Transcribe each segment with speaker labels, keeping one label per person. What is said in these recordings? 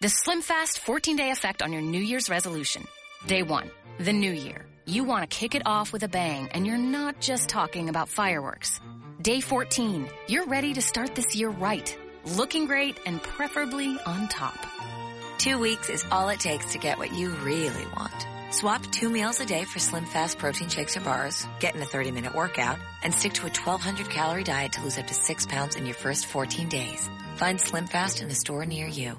Speaker 1: The Slim Fast 14 day effect on your New Year's resolution. Day one, the new year. You want to kick it off with a bang, and you're not just talking about fireworks. Day 14, you're ready to start this year right, looking great and preferably on top.
Speaker 2: Two weeks is all it takes to get what you really want. Swap two meals a day for Slim Fast protein shakes or bars, get in a 30 minute workout, and stick to a 1200 calorie diet to lose up to six pounds in your first 14 days. Find Slim Fast in a store near you.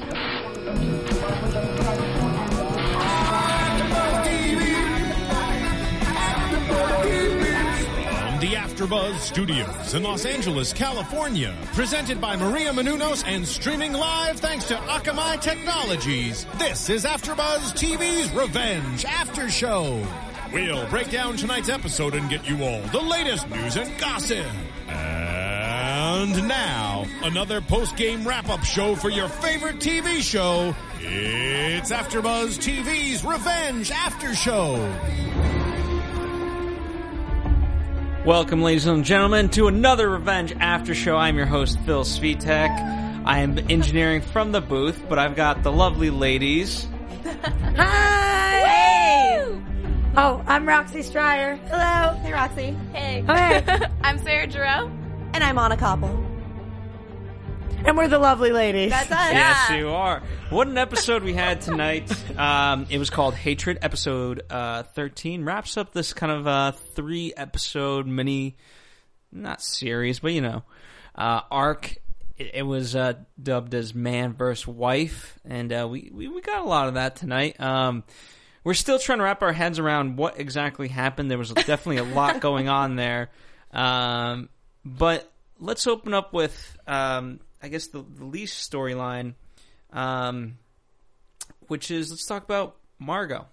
Speaker 3: From the AfterBuzz Studios in Los Angeles, California, presented by Maria Menounos and streaming live thanks to Akamai Technologies. This is AfterBuzz TV's Revenge After Show. We'll break down tonight's episode and get you all the latest news and gossip. And now, another post-game wrap-up show for your favorite TV show. It's AfterBuzz TV's Revenge After Show.
Speaker 4: Welcome, ladies and gentlemen, to another Revenge After Show. I'm your host, Phil Svitek. I am engineering from the booth, but I've got the lovely ladies.
Speaker 5: Hi! Oh, I'm Roxy Stryer. Hello. Hey, Roxy.
Speaker 6: Hey.
Speaker 5: Hey.
Speaker 6: I'm Sarah Giroux.
Speaker 7: And I'm Anna Koppel.
Speaker 5: and we're the lovely ladies.
Speaker 6: That's us.
Speaker 4: Yes, you are. What an episode we had tonight. Um, it was called Hatred, episode uh, 13. Wraps up this kind of uh, three episode mini, not series, but you know, uh, arc. It, it was uh, dubbed as Man vs. Wife, and uh, we, we, we got a lot of that tonight. Um, we're still trying to wrap our heads around what exactly happened. There was definitely a lot going on there. Um, but let's open up with, um, I guess, the, the least storyline, um, which is let's talk about Margot.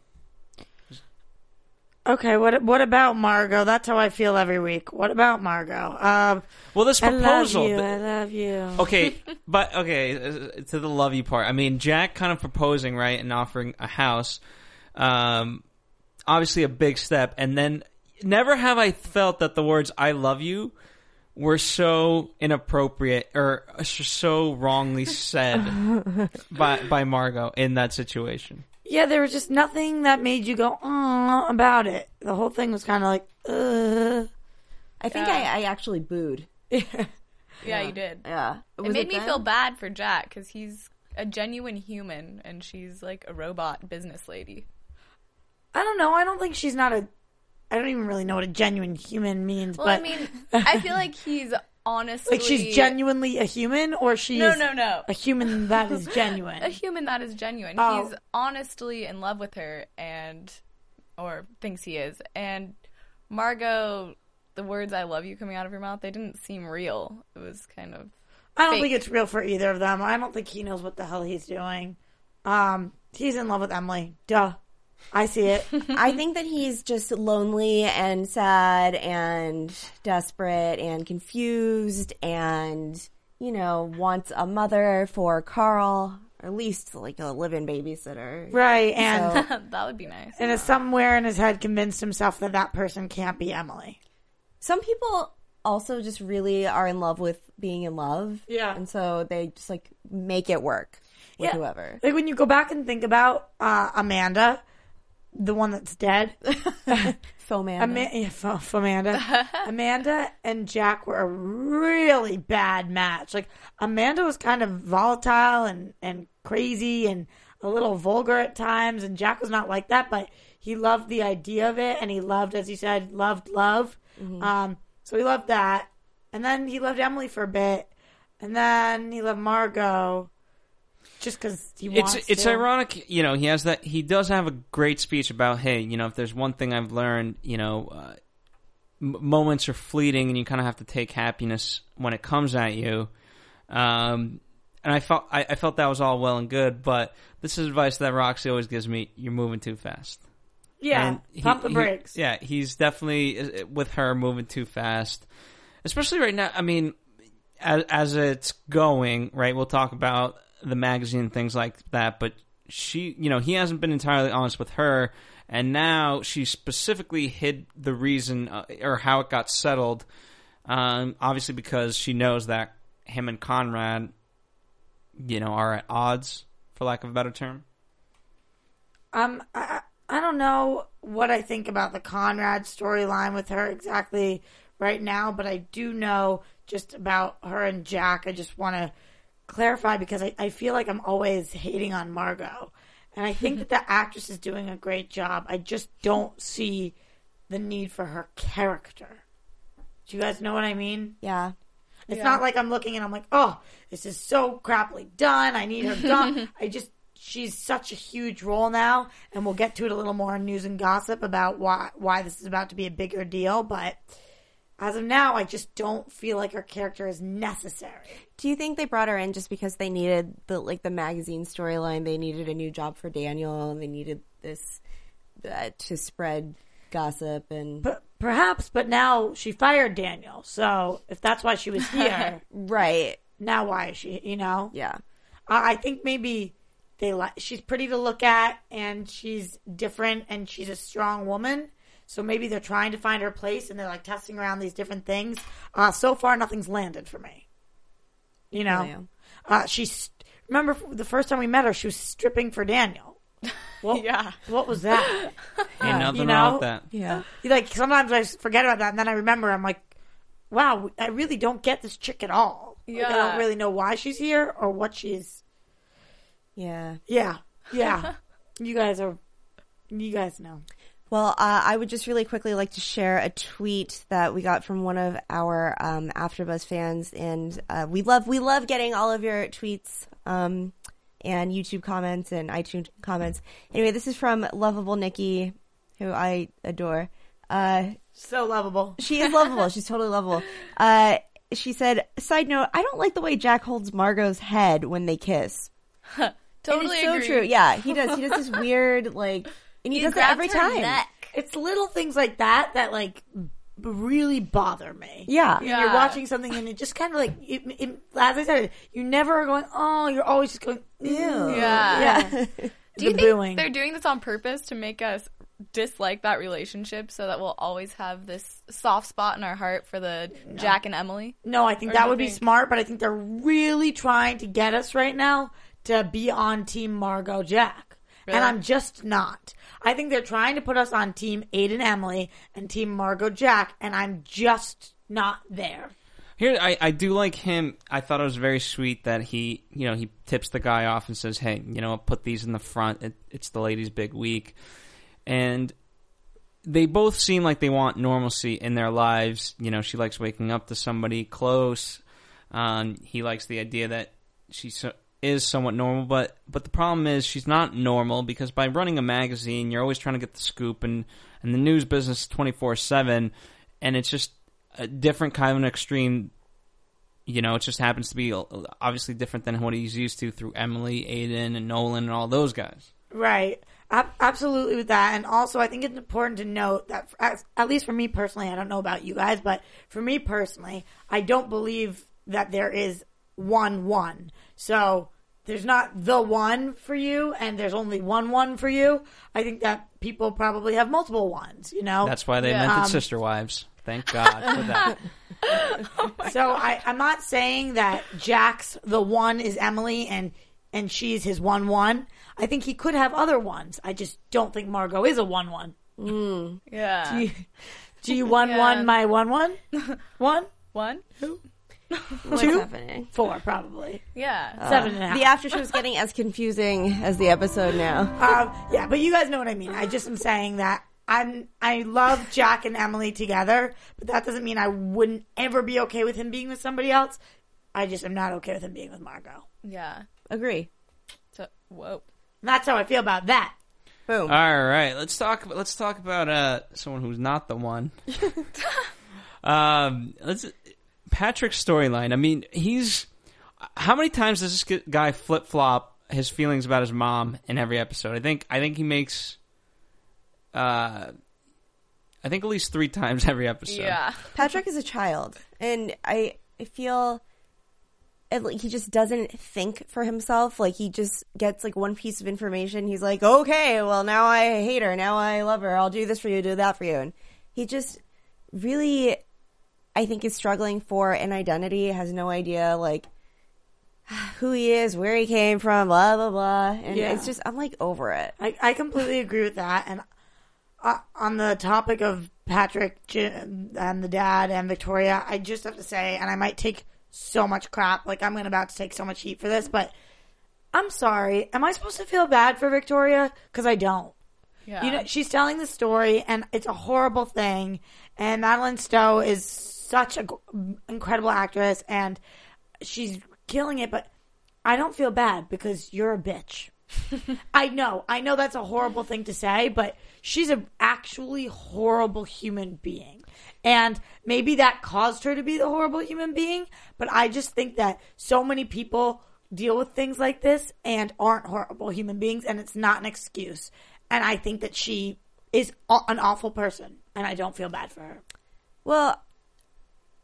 Speaker 5: Okay, what what about Margot? That's how I feel every week. What about Margot? Um,
Speaker 4: Well, this proposal.
Speaker 5: I love you.
Speaker 4: th-
Speaker 5: I love you.
Speaker 4: okay, but okay, uh, to the love you part. I mean, Jack kind of proposing, right, and offering a house. Um, obviously a big step, and then never have I felt that the words "I love you" were so inappropriate or s- so wrongly said by by Margot in that situation.
Speaker 5: Yeah, there was just nothing that made you go oh about it. The whole thing was kind of like, Ugh.
Speaker 7: I think I, I actually booed.
Speaker 6: Yeah, you did.
Speaker 7: Yeah.
Speaker 6: It made me feel bad for Jack because he's a genuine human and she's like a robot business lady.
Speaker 5: I don't know. I don't think she's not a. I don't even really know what a genuine human means,
Speaker 6: Well,
Speaker 5: but
Speaker 6: I mean, I feel like he's honestly
Speaker 5: like she's genuinely a human, or she's
Speaker 6: No, no, no.
Speaker 5: a human that is
Speaker 6: A
Speaker 5: genuine.
Speaker 6: human that is genuine.
Speaker 5: Oh.
Speaker 6: He's honestly in love with her and or thinks he is. And Margot, the words I love you coming out of your mouth, they didn't seem real. It was kind of
Speaker 5: I don't think
Speaker 6: fake.
Speaker 5: it's real for either of them. I don't think he knows what the hell he's doing. Um, he's in love with Emily. Duh. I see it.
Speaker 7: I think that he's just lonely and sad and desperate and confused and, you know, wants a mother for Carl, or at least like a live in babysitter.
Speaker 5: right. And
Speaker 7: So-
Speaker 6: that would be nice.
Speaker 5: and is somewhere in his head convinced himself that that person can't be Emily.
Speaker 7: Some people also just really are in love with being in love.
Speaker 5: Yeah.
Speaker 7: And so they just like make it work with
Speaker 5: Yeah.
Speaker 7: whoever.
Speaker 5: Like when you go back and think about uh, Amanda, the one that's dead,
Speaker 7: Foman.
Speaker 5: Ama- yeah, F- Amanda, Amanda and Jack were a really bad match. Like Amanda was kind of volatile and and crazy and a little vulgar at times, and Jack was not like that. But he loved the idea of it, and he loved, as you said, loved love.
Speaker 4: Mm-hmm.
Speaker 5: Um, so he loved that, and then he loved Emily for a bit, and then he loved Margot, just because he wants.
Speaker 4: It's it's
Speaker 5: to.
Speaker 4: ironic, you know. He has that. He does have a great speech about, hey, you know, if there's one thing I've learned, you know, uh, m- moments are fleeting, and you kind of have to take happiness when it comes at you. Um, and I felt I, I felt that was all well and good, but this is advice that Roxy always gives me: you're moving too fast.
Speaker 5: Yeah,
Speaker 4: And he-
Speaker 5: pump the
Speaker 4: he-
Speaker 5: brakes.
Speaker 4: yeah, he's definitely uh, with her moving too fast, especially right now. I mean, as, as it's going, right? We'll talk about the magazine and things like that, but she, you know, he hasn't been entirely honest with her, and now she specifically hid the reason uh, or how it got settled. Um, obviously, because she knows that him and Conrad, you know, are at odds, for lack of a better term.
Speaker 5: Um, I, I I don't know what I think about the Conrad storyline with her exactly right now, but I do know just about her and Jack. I just want to clarify because I, I feel like I'm always hating on Margot. And I think that the actress is doing a great job. I just don't see the need for her character. Do you guys know what I mean?
Speaker 7: Yeah.
Speaker 5: It's not like I'm looking and I'm like, oh, this is so crappily done. I need her done. I just, she's such a huge role now, and we'll get to it a little more in news and gossip about why why this is about to be a bigger deal. But as of now, I just don't feel like her character is necessary.
Speaker 7: Do you think they brought her in just because they needed the like the magazine storyline? They needed a new job for Daniel. They needed this uh, to spread gossip and
Speaker 5: But perhaps, but now she fired Daniel, so if that's why she was here,
Speaker 7: right.
Speaker 5: now why is she? You know,
Speaker 7: Yeah.
Speaker 5: I I think maybe they like she's pretty to look at and she's different and she's a strong woman. So maybe they're trying to find her place and they're like testing around these different things. Uh, so far, nothing's landed for me. You know,
Speaker 7: yeah.
Speaker 5: uh, she's remember f- the first time we met her, she was stripping for Daniel. What,
Speaker 6: Yeah.
Speaker 5: what was that?
Speaker 4: Ain't nothing
Speaker 5: you
Speaker 4: wrong
Speaker 5: know?
Speaker 4: with that.
Speaker 7: Yeah.
Speaker 5: like sometimes I forget about that and then I remember. I'm like, wow, I really don't get this chick at all. Like, I
Speaker 6: Yeah.
Speaker 5: don't really know why she's here or what she's
Speaker 7: Yeah.
Speaker 5: Yeah, yeah. you guys are, you guys know.
Speaker 7: Well, uh, I would just really quickly like to share a tweet that we got from one of our um, AfterBuzz fans, and uh, we love we love getting all of your tweets um, and YouTube comments and iTunes comments. Anyway, this is from lovable Nikki, who I adore. Uh,
Speaker 5: So lovable.
Speaker 7: she is lovable. She's totally lovable. Uh, she said, "Side note: I don't like the way Jack holds Margot's head when they kiss. And
Speaker 6: Totally
Speaker 7: it's so
Speaker 6: agree.
Speaker 7: true. Yeah, he does. He does this weird like, and he, does it
Speaker 2: grabbed
Speaker 7: every
Speaker 2: her
Speaker 7: time.
Speaker 2: neck.
Speaker 5: It's little things like that that like b- really bother me.
Speaker 7: Yeah.
Speaker 5: And You're watching something and it just kind of like, it, it, as I said, you never are going, oh, you're always just going, ew.
Speaker 6: Yeah.
Speaker 5: Yeah.
Speaker 6: Do you
Speaker 5: the
Speaker 6: think
Speaker 5: booing.
Speaker 6: they're doing this on purpose to make us dislike that relationship so that we'll always have this soft spot in our heart for the Jack and Emily?
Speaker 5: No, I
Speaker 6: Or
Speaker 5: think
Speaker 6: do
Speaker 5: that
Speaker 6: you
Speaker 5: would be
Speaker 6: think-
Speaker 5: smart, but I think they're really trying to get us right now to be on Team Margot Jack. And
Speaker 6: Really?
Speaker 5: I'm just not. I think they're trying to put us on Team Aiden Emily and Team Margot Jack, and I'm just not there.
Speaker 4: Here, I, I do like him. I thought it was very sweet that he, you know, he tips the guy off and says, "Hey, you know, put these in the front. It, it's the ladies' big week," and they both seem like they want normalcy in their lives. You know, she likes waking up to somebody close. Um, he likes the idea that she so, is somewhat normal, but but the problem is she's not normal because by running a magazine, you're always trying to get the scoop, and and the news business twenty four seven, and it's just a different kind of an extreme. You know, it just happens to be uh, obviously different than what he's used to through Emily, Aiden, and Nolan, and all those guys.
Speaker 5: Right. Ab- absolutely with that. And also, I think it's important to note that, for, at, at least for me personally, I don't know about you guys, but for me personally, I don't believe that there is one one. So there's not the one for you, and there's only one one for you. I think that people probably have multiple ones, you know?
Speaker 4: That's why they
Speaker 6: Yeah.
Speaker 4: invented sister wives. Thank God for that.
Speaker 5: so I, I'm not saying that Jack's the one is Emily and and she's his one one. I think he could have other ones. I just don't think Margot is a one one.
Speaker 6: Yeah.
Speaker 5: Do you one
Speaker 6: Yeah.
Speaker 5: one my one one? One?
Speaker 6: One?
Speaker 7: What's happening?
Speaker 5: Four probably.
Speaker 6: Yeah.
Speaker 5: Seven and a half.
Speaker 7: The after show is getting as confusing as the episode now.
Speaker 5: Um, yeah, but you guys know what I mean. I just am saying that I'm I love Jack and Emily together, but that doesn't mean I wouldn't ever be okay with him being with somebody else. I just am not okay with him being with Margot.
Speaker 6: yeah.
Speaker 7: Agree.
Speaker 6: So, whoa.
Speaker 5: And that's how I feel about that.
Speaker 7: Boom.
Speaker 4: All right, let's talk. Let's talk about uh, someone who's not the one. um, let's Patrick's storyline. I mean, he's how many times does this guy flip flop his feelings about his mom in every episode? I think I think he makes, uh, I think at least three times every episode.
Speaker 6: Yeah.
Speaker 7: Patrick is a child, and I I feel and, like he just doesn't think for himself. Like he just gets like one piece of information. He's like, okay, well now I hate her. Now I love her. I'll do this for you. Do that for you. And he just really, I think, is struggling for an identity. Has no idea like who he is, where he came from, blah blah blah. And
Speaker 5: Yeah.
Speaker 7: it's just I'm like over it.
Speaker 5: I, I completely agree with that. And uh, on the topic of Patrick Jim, and the dad and Victoria, I just have to say, and I might take so much crap. Like I'm gonna about to take so much heat for this, but I'm sorry. Am I supposed to feel bad for Victoria? Because I don't.
Speaker 6: Yeah.
Speaker 5: You know, she's telling the story, and it's a horrible thing. And Madeline Stowe is such an incredible actress, and she's killing it. But I don't feel bad because you're a bitch. I know, I know that's a horrible thing to say, but she's an actually horrible human being. And maybe that caused her to be the horrible human being, but I just think that so many people deal with things like this and aren't horrible human beings, and it's not an excuse. And I think that she is a- an awful person, and I don't feel bad for her.
Speaker 7: Well,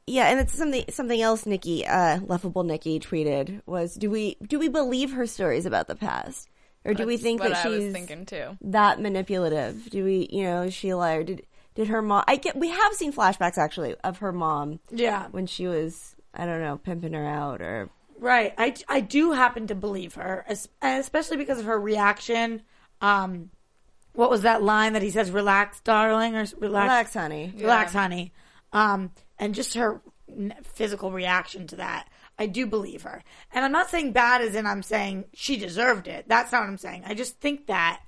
Speaker 7: yeah, and it's something something else. Nikki, uh, laughable Nikki tweeted was, "Do we do we believe her stories about the past, or do we
Speaker 6: That's
Speaker 7: think
Speaker 6: what
Speaker 7: that
Speaker 6: I was
Speaker 7: she's
Speaker 6: thinking too.
Speaker 7: that manipulative? Do we, you know, is she a liar? Did did her mom? I get we have seen flashbacks actually of her mom
Speaker 5: Yeah.
Speaker 7: when she was I don't know pimping her out or
Speaker 5: Right. I, I do happen to believe her, es- especially because of her reaction. Um, what was that line that he says, relax, darling, or s- relax,
Speaker 7: relax, honey.
Speaker 5: relax, honey. Um, and just her n- physical reaction to that. I do believe her. And I'm not saying bad as in I'm saying she deserved it. That's not what I'm saying. I just think that,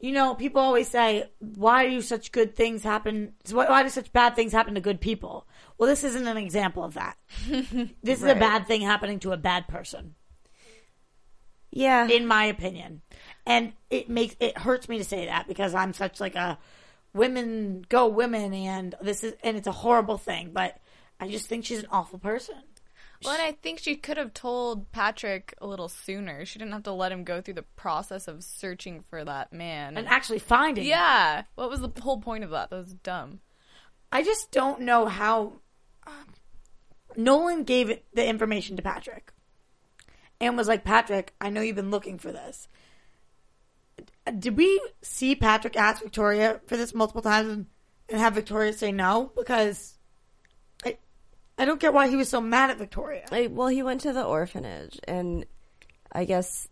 Speaker 5: you know, people always say, why do such good things happen? Why why do such bad things happen to good people? Well, this isn't an example of that. this is a bad thing happening to a bad person
Speaker 7: Yeah,
Speaker 5: in my opinion. And it makes it hurts me to say that because I'm such like a women go women and this is and it's a horrible thing, but I just think she's an awful person.
Speaker 6: Well, and I think she could have told Patrick a little sooner. She didn't have to let him go through the process of searching for that man.
Speaker 5: And actually finding it.
Speaker 6: yeah, what was the whole point of that? That was dumb.
Speaker 5: I just don't know how um, Nolan gave it, the information to Patrick and was like, Patrick, I know you've been looking for this. Did we see Patrick ask Victoria for this multiple times and, and have Victoria say no? Because I, I don't get why he was so mad at Victoria.
Speaker 7: I, well, he went to the orphanage, and I guess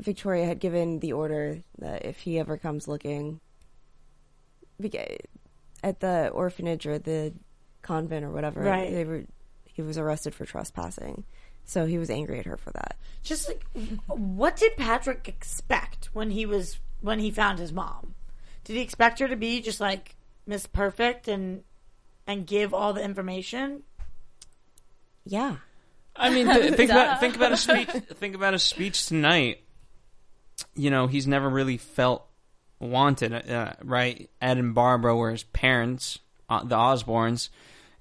Speaker 7: Victoria had given the order that if he ever comes looking beca- at the orphanage or the convent or whatever,
Speaker 5: Right.
Speaker 7: they were, he was arrested for trespassing. So he was angry at her for that.
Speaker 5: Just like, what did Patrick expect when he was when he found his mom? Did he expect her to be just like Miss Perfect and and give all the information?
Speaker 7: Yeah.
Speaker 4: I mean, th- think about think about his speech. Think about his speech tonight. You know, he's never really felt wanted, uh, right? Ed and Barbara were his parents, uh, the Osbournes,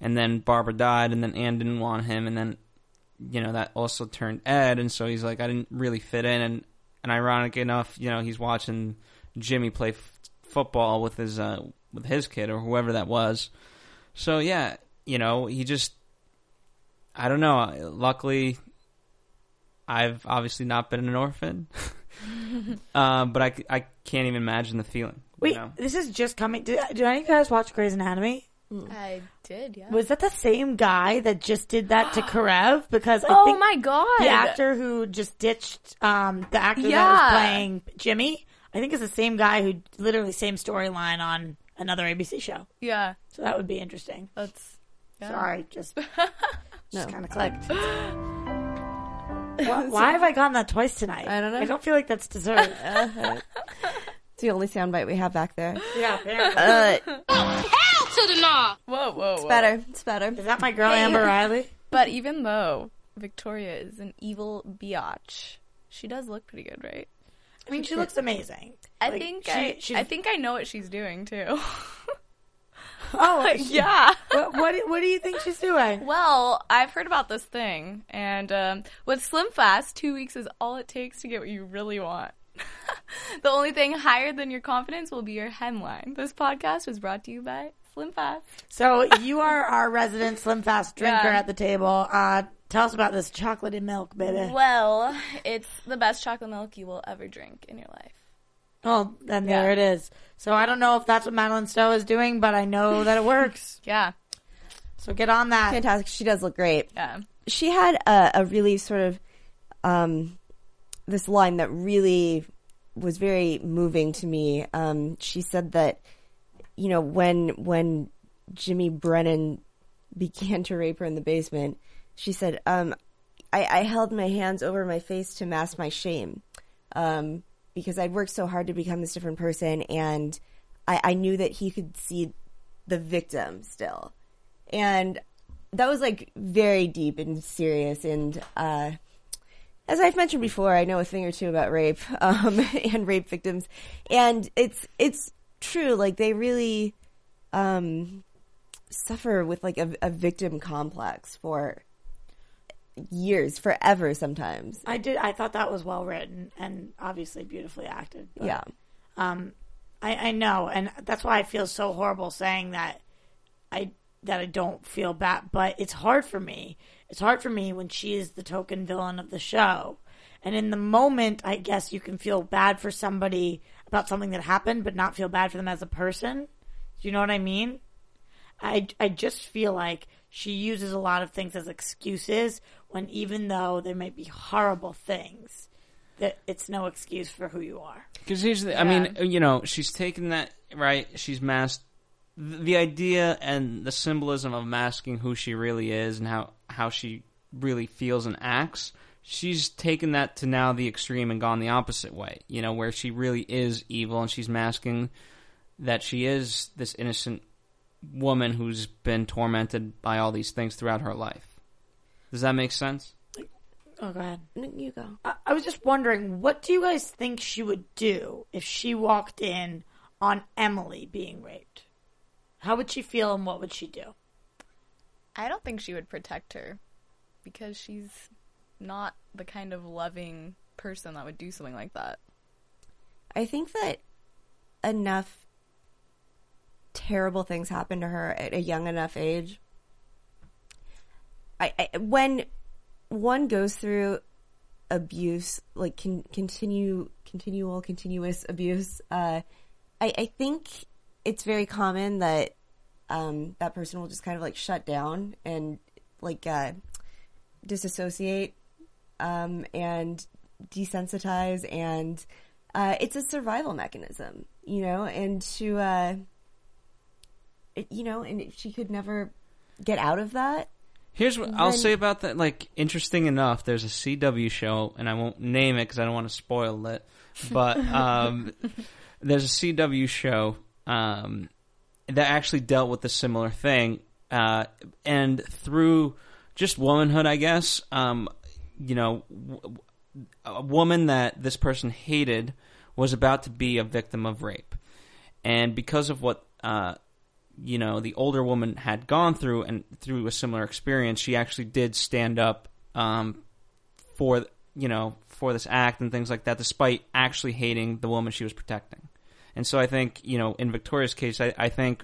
Speaker 4: and then Barbara died, and then Anne didn't want him, and then you know that also turned Ed, and so he's like, I didn't really fit in, and and ironic enough, you know, he's watching Jimmy play f- football with his uh, with his kid or whoever that was. So yeah, you know, he just I don't know. Luckily, I've obviously not been an orphan, um, but I, c- I can't even imagine the feeling.
Speaker 5: Wait,
Speaker 4: you know?
Speaker 5: this is just coming. Did, did any of you guys watch Grey's Anatomy?
Speaker 6: I did, yeah.
Speaker 5: Mm. Was that the same guy that just did that to Karev? Because I
Speaker 6: oh
Speaker 5: think
Speaker 6: my god!
Speaker 5: the actor who just ditched um, the actor that
Speaker 6: Yeah.
Speaker 5: was playing Jimmy, I think is the same guy who literally same storyline on another ABC show.
Speaker 6: Yeah,
Speaker 5: So that would be interesting.
Speaker 6: that's yeah.
Speaker 5: Sorry, just just kind of clicked. why, why have I gotten that twice tonight?
Speaker 7: I don't know.
Speaker 5: I don't feel like that's deserved.
Speaker 7: It's the only soundbite we have back there.
Speaker 5: yeah, apparently.
Speaker 7: Uh,
Speaker 6: Whoa, whoa, whoa!
Speaker 7: better. It's better.
Speaker 5: Is that my girl Amber Riley?
Speaker 6: But even though Victoria is an evil biatch, she does look pretty good, right?
Speaker 5: I mean, she looks amazing.
Speaker 6: I
Speaker 5: Like,
Speaker 6: think
Speaker 5: she-
Speaker 6: I,
Speaker 5: she-
Speaker 6: I think I know what she's doing too.
Speaker 5: Oh,
Speaker 6: yeah.
Speaker 5: what, what do- what do you think she's doing?
Speaker 6: Well, I've heard about this thing, and um, with Slim Fast, two weeks is all it takes to get what you really want. the only thing higher than your confidence will be your hemline. This podcast was brought to you by Slim Fast.
Speaker 5: So you are our resident Slim Fast drinker
Speaker 6: Yeah.
Speaker 5: at the table. Uh, Tell us about this chocolatey milk, baby.
Speaker 6: Well, it's the best chocolate milk you will ever drink in your life.
Speaker 5: Oh, then there it is. So I don't know if that's what Madeline Stowe is doing, but I know that it works.
Speaker 6: Yeah.
Speaker 5: so get on that.
Speaker 7: Fantastic. She does look great.
Speaker 6: Yeah.
Speaker 7: she had a, a really sort of um, this line that really was very moving to me. Um, she said that you know when when Jimmy Brennan began to rape her in the basement, she said, um, I, "I held my hands over my face to mask my shame um, because I'd worked so hard to become this different person, and I, I knew that he could see the victim still." and that was like very deep and serious and uh as I've mentioned before, I know a thing or two about rape um, and rape victims, and it's it's true. Like they really um, suffer with like a, a victim complex for years, forever, sometimes.
Speaker 5: I did. I thought that was well written and obviously beautifully acted. but,
Speaker 7: Yeah,
Speaker 5: Um, I, I know, and that's why I feel so horrible saying that. I that I don't feel bad, but it's hard for me. It's hard for me when she is the token villain of the show, and in the moment, I guess you can feel bad for somebody about something that happened, but not feel bad for them as a person. Do you know what I mean? I, I just feel like she uses a lot of things as excuses when even though there may be horrible things, that it's no excuse for who you are.
Speaker 4: Because here's the, I mean, you know, she's taken that right. She's masked th- the idea and the symbolism of masking who she really is and how how she really feels and acts. She's taken that to now the extreme and gone the opposite way. You know, where she really is evil and she's masking that she is this innocent woman who's been tormented by all these things throughout her life. Does that make sense?
Speaker 5: Oh, go ahead.
Speaker 7: you go.
Speaker 5: I, I was just wondering, what do you guys think she would do if she walked in on Emily being raped? How would she feel and what would she do?
Speaker 6: I don't think she would protect her because she's not the kind of loving person that would do something like that.
Speaker 7: I think that enough terrible things happened to her at a young enough age. I, I when one goes through abuse, like con- continue, continual, continuous abuse, uh, I, I think it's very common that um, that person will just kind of like shut down and like uh, disassociate um, and desensitize and uh, it's a survival mechanism you know and to uh, it- you know and she could never get out of that
Speaker 4: Here's what I'll say about that. Like, interesting enough, there's a CW show, and I won't name it because I don't want to spoil it. But um, there's a CW show um, that actually dealt with a similar thing, uh, and through just womanhood, I guess. Um, you know, w- w- a woman that this person hated was about to be a victim of rape, and because of what uh, you know the older woman had gone through and through a similar experience she actually did stand up um, for you know for this act and things like that despite actually hating the woman she was protecting and so i think you know in victoria's case i, I think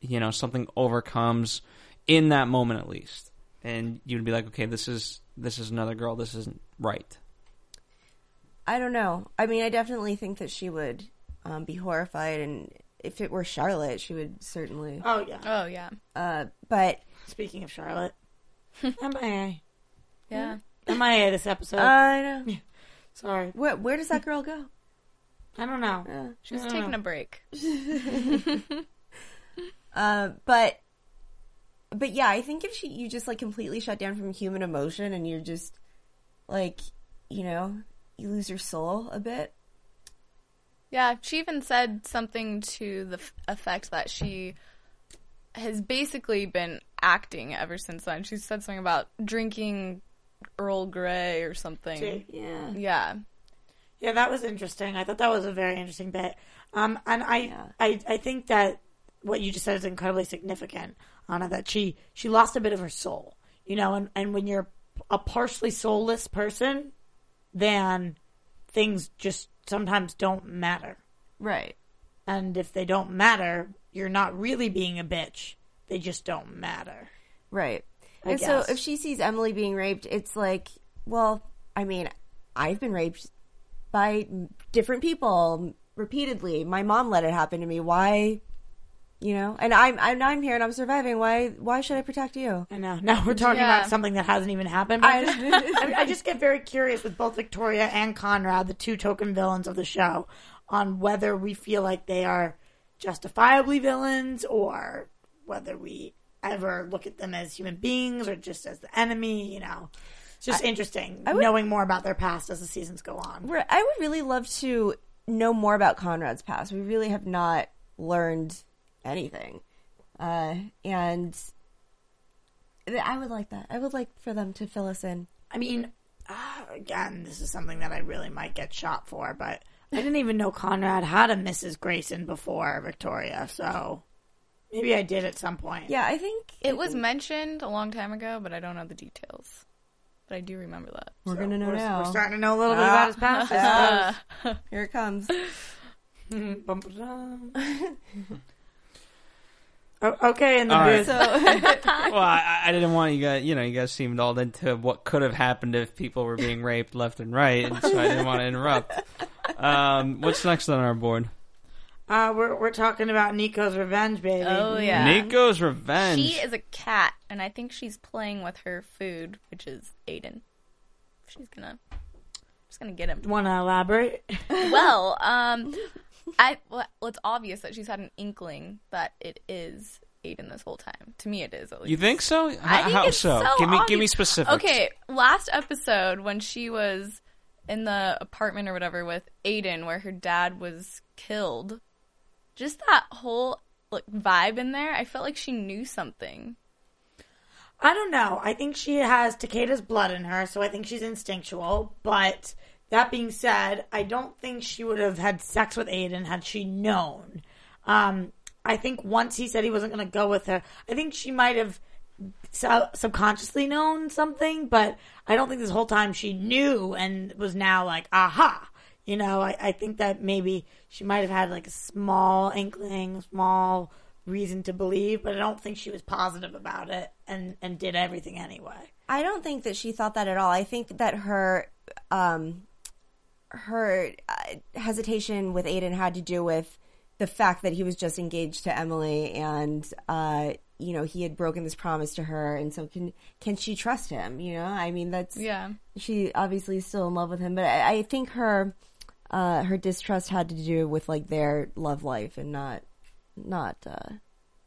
Speaker 4: you know something overcomes in that moment at least and you'd be like okay this is this is another girl this isn't right
Speaker 7: i don't know i mean i definitely think that she would um, be horrified and if it were charlotte she would certainly
Speaker 5: Oh, yeah.
Speaker 6: Oh yeah.
Speaker 7: uh, but
Speaker 5: Speaking of Charlotte, MIA.
Speaker 6: Yeah.
Speaker 5: MIA this episode.
Speaker 7: i know
Speaker 5: Sorry.
Speaker 7: where, where does that girl go
Speaker 5: I don't know.
Speaker 6: She was taking a break.
Speaker 7: Uh, but but yeah, I think if she you just like completely shut down from human emotion and you're just like you know you lose your soul a bit.
Speaker 6: Yeah, she even said something to the f- effect that she has basically been acting ever since then. She said something about drinking Earl Grey or something.
Speaker 5: Tea.
Speaker 7: Yeah,
Speaker 6: Yeah.
Speaker 5: Yeah, that was interesting. I thought that was a very interesting bit. Um, and I, I, I think that what you just said is incredibly significant, Anna. That she she lost a bit of her soul, you know. And and when you're a partially soulless person, then things just sometimes don't matter.
Speaker 7: right.
Speaker 5: And if they don't matter, you're not really being a bitch. They just don't matter.
Speaker 7: Right.
Speaker 5: I
Speaker 7: and
Speaker 5: guess.
Speaker 7: so if she sees Emily being raped, it's like, well, I mean, I've been raped by different people repeatedly. My mom let it happen to me. Why, you know? And I'm I'm, I'm here and I'm surviving. Why why should I protect you?
Speaker 5: I know. Now we're talking
Speaker 6: Yeah.
Speaker 5: about something that hasn't even happened. But I, just, I, I just get very curious with both Victoria and Conrad, the two token villains of the show, on whether we feel like they are justifiably villains or whether we ever look at them as human beings or just as the enemy. You know, it's just interesting knowing more about their past as the seasons go on.
Speaker 7: We're- I would really love to know more about Conrad's past. We really have not learned anything, uh, and I would like that. I would like for them to fill us in.
Speaker 5: I mean, ah, again, this is something that I really might get shot for, but I didn't even know Conrad had a Mrs. Grayson before Victoria, so maybe I did at some point.
Speaker 7: Yeah, I think
Speaker 6: It was mentioned a long time ago, but I don't know the details. But I do remember that.
Speaker 7: we're gonna know
Speaker 5: we're,
Speaker 7: now.
Speaker 5: we're starting to know a little bit about his past.
Speaker 7: Here it comes.
Speaker 5: O- okay, and then
Speaker 4: All right.
Speaker 5: there's-
Speaker 4: Well, I, I didn't want you guys. You know, you guys seemed all into what could have happened if people were being raped left and right, and so I didn't want to interrupt. Um, what's next on our board?
Speaker 5: uh, we're we're talking about Nico's revenge, baby.
Speaker 6: Oh yeah.
Speaker 4: Nico's revenge.
Speaker 6: She is a cat, and I think she's playing with her food, which is Aiden. She's gonna, she's gonna get him.
Speaker 5: Want to elaborate?
Speaker 6: well, um, I well, it's obvious that she's had an inkling that it is Aiden this whole time. To me, it is at least.
Speaker 4: you think so? H-
Speaker 6: I think
Speaker 4: How
Speaker 6: it's so?
Speaker 4: give me give me
Speaker 6: obvious.
Speaker 4: specifics.
Speaker 6: Okay, last episode when she was in the apartment or whatever with Aiden, where her dad was killed, just that whole like vibe in there, I felt like she knew something.
Speaker 5: I don't know. I think she has Takeda's blood in her, so I think she's instinctual. But that being said, I don't think she would have had sex with Aiden had she known. Um, I think once he said he wasn't going to go with her, I think she might have sub- subconsciously known something, but I don't think this whole time she knew and was now like, aha. You know, I, I think that maybe she might have had like a small inkling, small reason to believe, but I don't think she was positive about it and, and did everything anyway.
Speaker 7: I don't think that she thought that at all. I think that her um, her uh, hesitation with Aiden had to do with the fact that he was just engaged to Emily, and uh, you know he had broken this promise to her, and so can can she trust him? You know, I mean that's
Speaker 6: Yeah.
Speaker 7: She obviously is still in love with him, but I, I think her uh, her distrust had to do with like their love life and not not uh,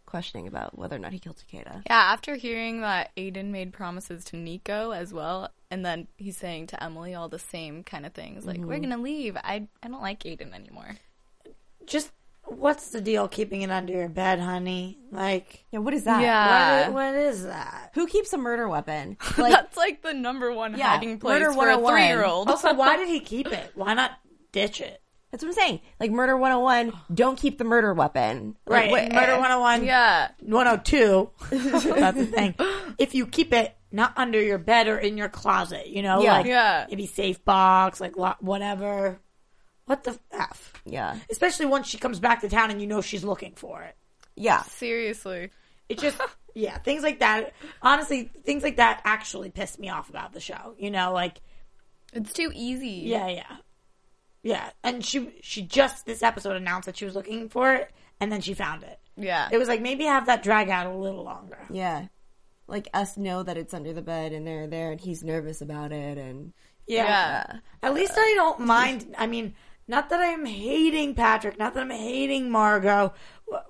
Speaker 7: questioning about whether or not he killed Takeda.
Speaker 6: Yeah, after hearing that Aiden made promises to Nico as well, and then he's saying to Emily all the same kind of things, like
Speaker 5: Mm-hmm.
Speaker 6: "We're gonna leave. I I don't like Aiden anymore."
Speaker 5: Just what's the deal keeping it under your bed, honey? Like,
Speaker 7: Yeah, what is that?
Speaker 6: Yeah.
Speaker 5: what, what is that?
Speaker 7: Who keeps a murder weapon? Like,
Speaker 6: That's like the number one
Speaker 7: Yeah,
Speaker 6: hiding place
Speaker 7: murder
Speaker 6: for a
Speaker 7: 101.
Speaker 6: three-year-old.
Speaker 5: oh Also, why did he keep it? Why not ditch it?
Speaker 7: That's what I'm saying. Like Murder 101, don't keep the murder weapon. Like,
Speaker 5: Right.
Speaker 7: what-
Speaker 5: Murder 101.
Speaker 6: Yeah,
Speaker 5: 102. That's the thing. If you keep it not under your bed or in your closet, you know,
Speaker 7: Yeah.
Speaker 5: like
Speaker 6: Yeah.
Speaker 5: maybe safe box, like lo- whatever. What the f?
Speaker 7: Yeah.
Speaker 5: Especially once she comes back to town and you know she's looking for it.
Speaker 7: Yeah.
Speaker 6: seriously.
Speaker 5: It just, yeah, things like that. Honestly, things like that actually piss me off about the show. You know, like
Speaker 6: It's too easy.
Speaker 5: Yeah, yeah, yeah. And she she just this episode announced that she was looking for it, and then she found it.
Speaker 6: Yeah.
Speaker 5: It was like maybe have that drag out a little longer.
Speaker 7: Yeah. Like us know that it's under the bed and they're there and he's nervous about it and
Speaker 5: Yeah.
Speaker 6: Yeah.
Speaker 5: At least I don't mind. I mean, not that I'm hating Patrick, not that I'm hating Margot,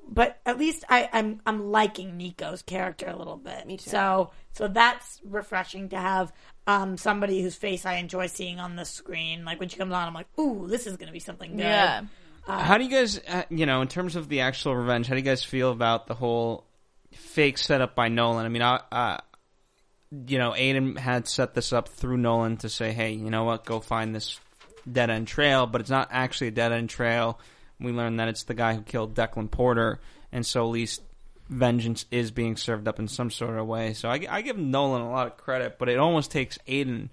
Speaker 5: but at least I, I'm I'm liking Nico's character a little bit. Me too. So so that's refreshing to have um, somebody whose face I enjoy seeing on the screen. Like when she comes on, I'm like, ooh, this is gonna be something good.
Speaker 6: Yeah.
Speaker 4: How do you guys, uh, you know, in terms of the actual revenge, how do you guys feel about the whole fake setup by Nolan? I mean, I, uh, you know, Aiden had set this up through Nolan to say, hey, you know what, go find this dead end trail, but it's not actually a dead end trail. We learned that it's the guy who killed Declan Porter, and so at least vengeance is being served up in some sort of way. So I, I give Nolan a lot of credit, but it almost takes Aiden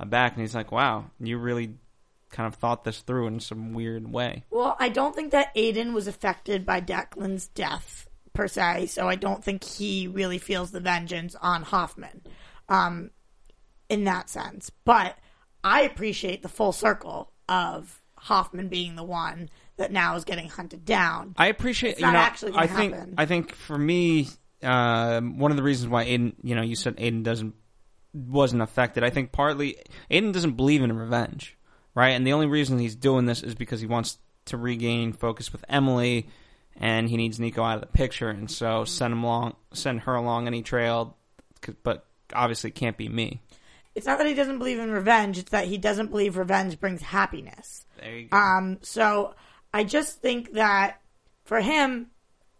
Speaker 4: aback, and he's like, wow, you really kind of thought this through in some weird way.
Speaker 5: Well, I don't think that Aiden was affected by Declan's death per se, so I don't think he really feels the vengeance on Hoffman um, in that sense. But I appreciate the full circle of Hoffman being the one that now is getting hunted down.
Speaker 4: I appreciate
Speaker 5: It's
Speaker 4: you
Speaker 5: not
Speaker 4: know.
Speaker 5: actually
Speaker 4: I
Speaker 5: gonna
Speaker 4: think
Speaker 5: happen.
Speaker 4: I think for me, um, one of the reasons why Aiden, you know, you said Aiden doesn't wasn't affected. I think partly Aiden doesn't believe in revenge, right? And the only reason he's doing this is because he wants to regain focus with Emily, and he needs Nico out of the picture, and so send him along, send her along any trail, 'cause- but obviously it can't be me.
Speaker 5: It's not that he doesn't believe in revenge, it's that he doesn't believe revenge brings happiness.
Speaker 4: There you go.
Speaker 5: Um, so I just think that for him,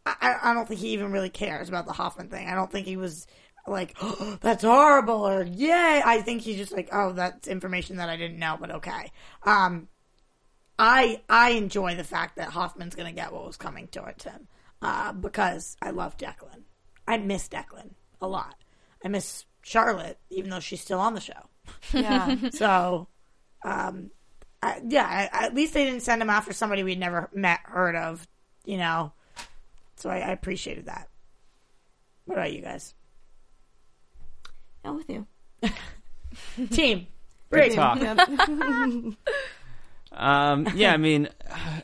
Speaker 5: I- I, I don't think he even really cares about the Hoffman thing. I don't think he was like, oh, that's horrible or yay. I think he's just like, oh, that's information that I didn't know, but okay. Um, I I enjoy the fact that Hoffman's going to get what was coming towards him uh, because I love Declan. I miss Declan a lot. I miss Charlotte, even though she's still on the show.
Speaker 7: Yeah.
Speaker 5: So, um, I, yeah, I, I- at least they didn't send him after somebody we'd never met, heard of, you know. So I, I appreciated that. What about you guys?
Speaker 7: I'm with you.
Speaker 5: Team. Great.
Speaker 4: talk. um, yeah, I mean,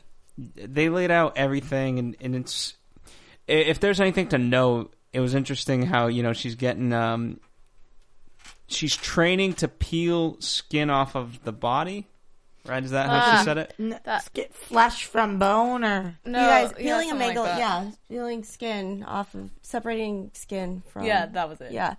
Speaker 4: they laid out everything, and, and it's i- if there's anything to know, it was interesting how you know she's getting um, she's training to peel skin off of the body. Right? Is that how
Speaker 5: Uh,
Speaker 4: she said it?
Speaker 7: uh,
Speaker 5: N- let's Get flesh from bone or
Speaker 6: No,
Speaker 7: you guys
Speaker 6: yeah,
Speaker 7: peeling a
Speaker 6: something like
Speaker 7: mangle,
Speaker 6: that.
Speaker 7: yeah, peeling skin off of separating skin from.
Speaker 6: Yeah, that was it.
Speaker 7: Yeah,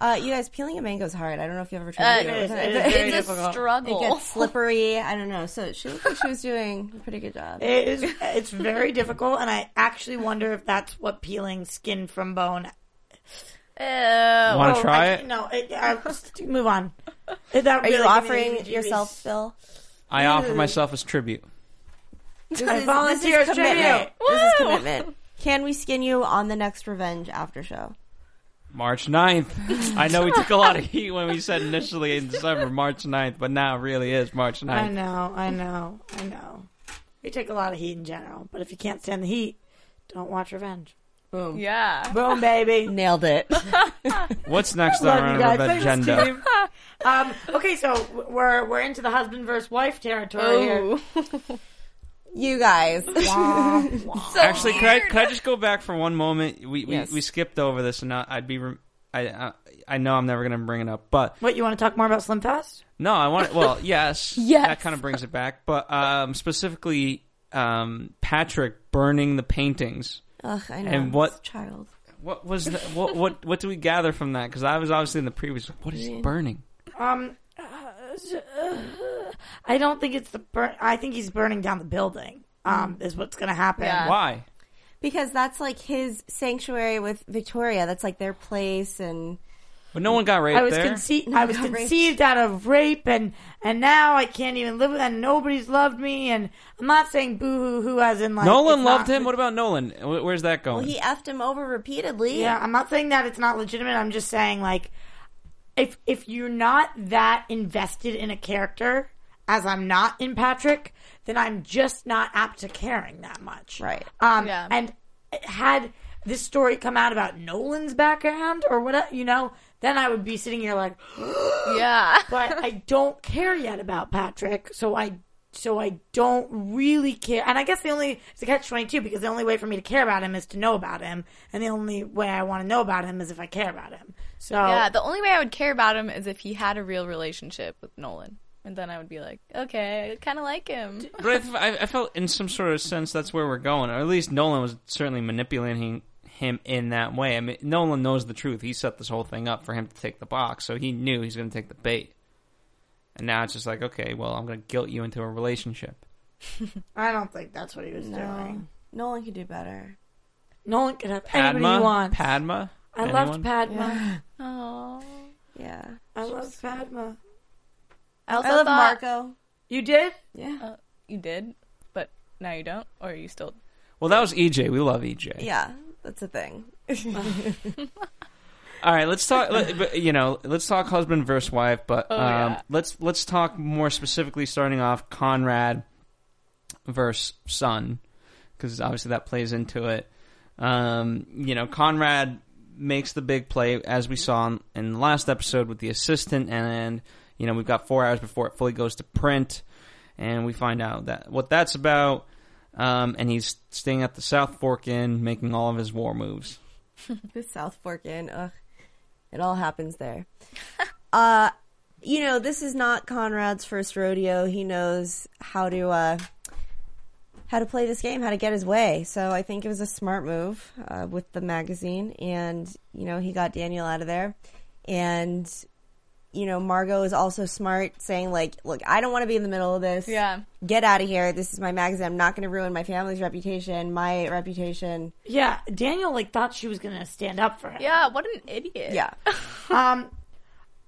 Speaker 7: uh, you guys peeling a mango is hard. I don't know if you ever
Speaker 6: Uh,
Speaker 7: tried to do it.
Speaker 5: is-
Speaker 7: but
Speaker 5: it is
Speaker 7: it- it
Speaker 5: very
Speaker 6: it's
Speaker 5: difficult.
Speaker 6: a
Speaker 5: It
Speaker 6: struggle.
Speaker 7: gets slippery. I don't know. So she looked like she was doing a pretty good job.
Speaker 5: it is, it's very difficult, and I actually wonder if that's what peeling skin from bone.
Speaker 6: Ew.
Speaker 4: Want to try
Speaker 5: uh, oh, I,
Speaker 4: it?
Speaker 5: No, it, I, just move on. That
Speaker 7: Are you
Speaker 5: really gave me
Speaker 7: offering
Speaker 5: the heebie-jeebies.
Speaker 7: yourself, Phil?
Speaker 4: I offer myself as tribute.
Speaker 7: This
Speaker 5: I
Speaker 7: is-
Speaker 5: volunteer
Speaker 7: this
Speaker 5: as
Speaker 7: is commitment. This is
Speaker 6: Woo!
Speaker 7: commitment. Can we skin you on the next Revenge after show?
Speaker 4: March 9th. I know we took a lot of heat when we said initially in December March 9th, but now it really is March 9th.
Speaker 5: I know, I know, I know. We take a lot of heat in general, but if you can't stand the heat, don't watch Revenge.
Speaker 7: Boom.
Speaker 6: Yeah.
Speaker 5: Boom, baby.
Speaker 7: Nailed it.
Speaker 4: What's next on
Speaker 5: Love
Speaker 4: our
Speaker 5: you guys.
Speaker 4: revenge
Speaker 5: Thanks,
Speaker 4: agenda?
Speaker 5: team. Um, okay, so w- we're we're into the husband versus wife territory here.
Speaker 6: Oh.
Speaker 7: you guys.
Speaker 5: Wah, wah.
Speaker 4: Actually, could I, could I just go back for one moment? We we,
Speaker 7: Yes.
Speaker 4: we skipped over this, and I- I'd be rem- I, I I know I'm never going to bring it up, but
Speaker 5: What you want to talk more about Slim Fast?
Speaker 4: no, I want well, yes,
Speaker 6: Yes.
Speaker 4: that kind of brings it back, but um, specifically um, Patrick burning the paintings.
Speaker 7: Ugh, I know.
Speaker 4: And what-
Speaker 7: It's a child?
Speaker 4: What was the, what what what do we gather from that? Because I was obviously in the previous. What is he burning?
Speaker 5: Um, I don't think it's the burn. I think he's burning down the building. Um, is what's gonna happen.
Speaker 6: Yeah.
Speaker 4: Why?
Speaker 7: Because that's like his sanctuary with Victoria. That's like their place, and
Speaker 4: But no one got right
Speaker 5: I was
Speaker 4: there.
Speaker 5: conceived. I was
Speaker 7: Not rape.
Speaker 5: conceived out of rape, and and now I can't even live with. And nobody's loved me. And I'm not saying boo hoo hoo as in like
Speaker 4: Nolan
Speaker 5: it's
Speaker 4: loved
Speaker 5: not-
Speaker 4: him. What about Nolan? Wh- Where's that going?
Speaker 7: he effed him over repeatedly.
Speaker 5: Yeah, I'm not saying that it's not legitimate. I'm just saying like if if you're not that invested in a character as I'm not in Patrick, then I'm just not apt to caring that much.
Speaker 7: Right.
Speaker 5: Um
Speaker 6: Yeah.
Speaker 5: and had this story come out about Nolan's background or what you know, then I would be sitting here like
Speaker 6: Yeah.
Speaker 5: but I don't care yet about Patrick, so I so I don't really care. And I guess the only it's a catch twenty two because the only way for me to care about him is to know about him, and the only way I want to know about him is if I care about him. So
Speaker 6: Yeah, the only way I would care about him is if he had a real relationship with Nolan. And then I would be like, okay, I kind of like him.
Speaker 4: But I, f- I- I felt, in some sort of sense, that's where we're going. Or at least Nolan was certainly manipulating him in that way. I mean, Nolan knows the truth. He set this whole thing up for him to take the box, so he knew he's going to take the bait. And now it's just like, okay, well, I'm going to guilt you into a relationship.
Speaker 5: I don't think that's what he was
Speaker 7: No,
Speaker 5: doing.
Speaker 7: Nolan could do better.
Speaker 5: Nolan could have anybody
Speaker 4: Padma,
Speaker 5: he wants.
Speaker 4: Padma.
Speaker 5: I
Speaker 4: Anyone?
Speaker 5: loved Padma.
Speaker 6: Oh,
Speaker 7: Yeah,
Speaker 5: I loved Padma.
Speaker 6: also
Speaker 7: I love
Speaker 6: thought-
Speaker 7: Marco.
Speaker 5: You did?
Speaker 7: Yeah,
Speaker 6: Uh, you did, but now you don't, or you still.
Speaker 4: Well, that was EJ. We love E EJ.
Speaker 7: yeah, that's a thing.
Speaker 4: All right, let's talk. Let, but, you know, let's talk husband versus wife. But um,
Speaker 6: yeah.
Speaker 4: let's let's talk more specifically, starting off Conrad versus son, because obviously that plays into it. Um, you know, Conrad makes the big play as we saw in, in the last episode with the assistant, and you know we've got four hours before it fully goes to print, and we find out that what that's about. Um, and he's staying at the South Fork Inn, making all of his war moves.
Speaker 7: the South Fork Inn. Ugh, it all happens there. uh, you know, this is not Conrad's first rodeo. He knows how to uh, how to play this game, how to get his way. So I think it was a smart move uh, with the magazine, and you know, he got Daniel out of there, and. You know, Margot is also smart, saying like, "Look, I don't want to be in the middle of this.
Speaker 6: Yeah.
Speaker 7: get out of here. This is my magazine. I'm not going to ruin my family's reputation, my reputation.
Speaker 5: Yeah, Daniel like thought she was gonna stand up for him.
Speaker 6: Yeah, what an idiot.
Speaker 7: Yeah,
Speaker 5: Um,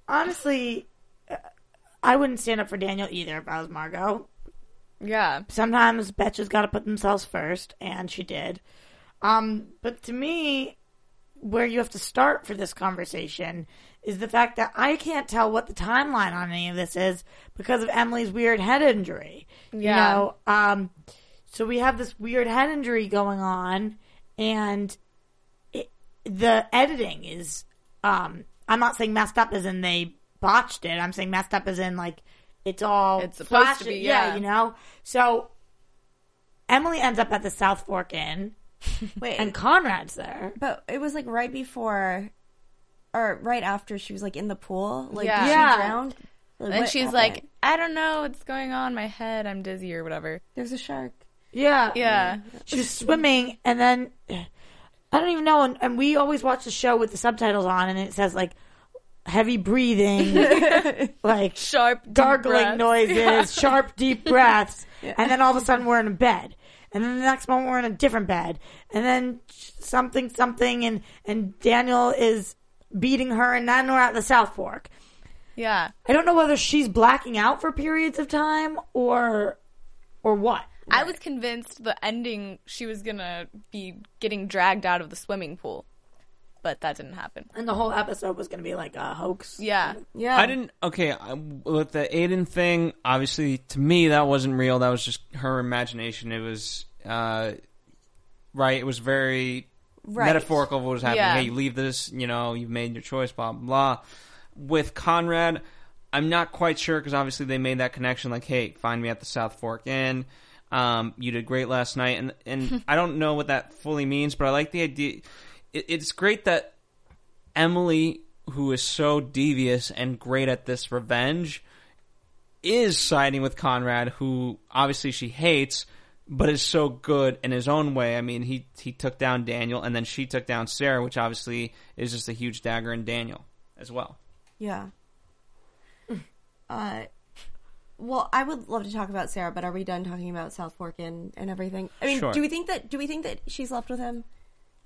Speaker 5: honestly, uh, I wouldn't stand up for Daniel either if I was Margot.
Speaker 6: Yeah.
Speaker 5: Sometimes betches got to put themselves first, and she did. Um, but to me, where you have to start for this conversation is the fact that I can't tell what the timeline on any of this is because of Emily's weird head injury.
Speaker 6: Yeah.
Speaker 5: You know, um, so we have this weird head injury going on, and the editing is um I'm not saying messed up as in they botched it. I'm saying messed up as in like it's all
Speaker 6: It's supposed to
Speaker 5: flashy.
Speaker 6: be, yeah.
Speaker 5: you know. So Emily ends up at the South Fork Inn
Speaker 7: wait,
Speaker 5: and Conrad's there.
Speaker 7: But it was like right before, or right after she was like in the pool. Like,
Speaker 6: Yeah.
Speaker 7: did
Speaker 5: Yeah.
Speaker 7: she drowned.
Speaker 6: And she's like, I don't know what's going on. My head, I'm dizzy or whatever.
Speaker 7: "There's a shark."
Speaker 5: Yeah.
Speaker 6: Yeah.
Speaker 5: She was swimming and then I don't even know and, and we always watch the show with the subtitles on and it says like heavy breathing like
Speaker 6: Sharp, deep
Speaker 5: gargling
Speaker 6: breaths.
Speaker 5: noises, sharp, deep breaths, and then all of a sudden we're in a bed. And then the next moment we're in a different bed. And then something, something, and, and Daniel is beating her, and then we're at the South Fork.
Speaker 6: Yeah.
Speaker 5: I don't know whether she's blacking out for periods of time or or what.
Speaker 6: I was convinced the ending she was gonna be getting dragged out of the swimming pool, but that didn't happen.
Speaker 5: And the whole episode was going to be like a hoax.
Speaker 6: Yeah,
Speaker 7: Yeah,
Speaker 4: I didn't. Okay, I- with the Aiden thing, obviously to me that wasn't real. That was just her imagination. It was uh, right. It was very
Speaker 7: Right.
Speaker 4: metaphorical of what was happening.
Speaker 6: Yeah.
Speaker 4: Hey, you leave this. You know, you've made your choice. Blah blah. blah. With Conrad, I'm not quite sure because obviously they made that connection. Like, hey, find me at the South Fork Inn. Um, you did great last night, and and I don't know what that fully means, but I like the idea. It, it's great that Emily, who is so devious and great at this revenge, is siding with Conrad, who obviously she hates, but is so good in his own way. I mean, he he took down Daniel, and then she took down Sarah, which obviously is just a huge dagger in Daniel as well.
Speaker 7: Yeah. Uh, well, I would love to talk about Sarah, but are we done talking about South Fork and, and everything? I mean,
Speaker 4: Sure.
Speaker 7: do we think that do we think that she's left with him?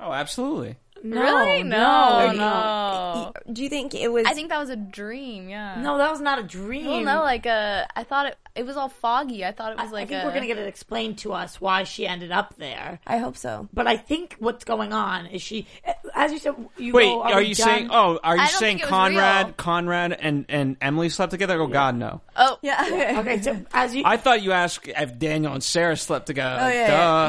Speaker 4: Oh, absolutely.
Speaker 5: No,
Speaker 6: really?
Speaker 5: No,
Speaker 6: No,
Speaker 5: no.
Speaker 6: no.
Speaker 7: Do you think it was?
Speaker 6: Oh. I think that was a dream. Yeah.
Speaker 5: No, that was not a dream.
Speaker 6: Well, no, like uh, I thought it. It was all foggy. I thought it
Speaker 5: I,
Speaker 6: was like
Speaker 5: I think
Speaker 6: a-
Speaker 5: we're going to get it explained to us why she ended up there.
Speaker 7: I hope so.
Speaker 5: But I think what's going on is she, as you said, you
Speaker 4: Wait,
Speaker 5: go,
Speaker 4: are,
Speaker 5: we
Speaker 4: you
Speaker 5: done?
Speaker 4: saying? Oh, are you
Speaker 6: I don't
Speaker 4: saying
Speaker 6: think it was real.
Speaker 4: Conrad, Conrad, and and Emily slept together? Oh God, no!
Speaker 6: Oh, yeah.
Speaker 7: Yeah.
Speaker 5: Okay, so as you
Speaker 4: I thought you asked if Daniel and Sarah slept together.
Speaker 7: Oh yeah, yeah.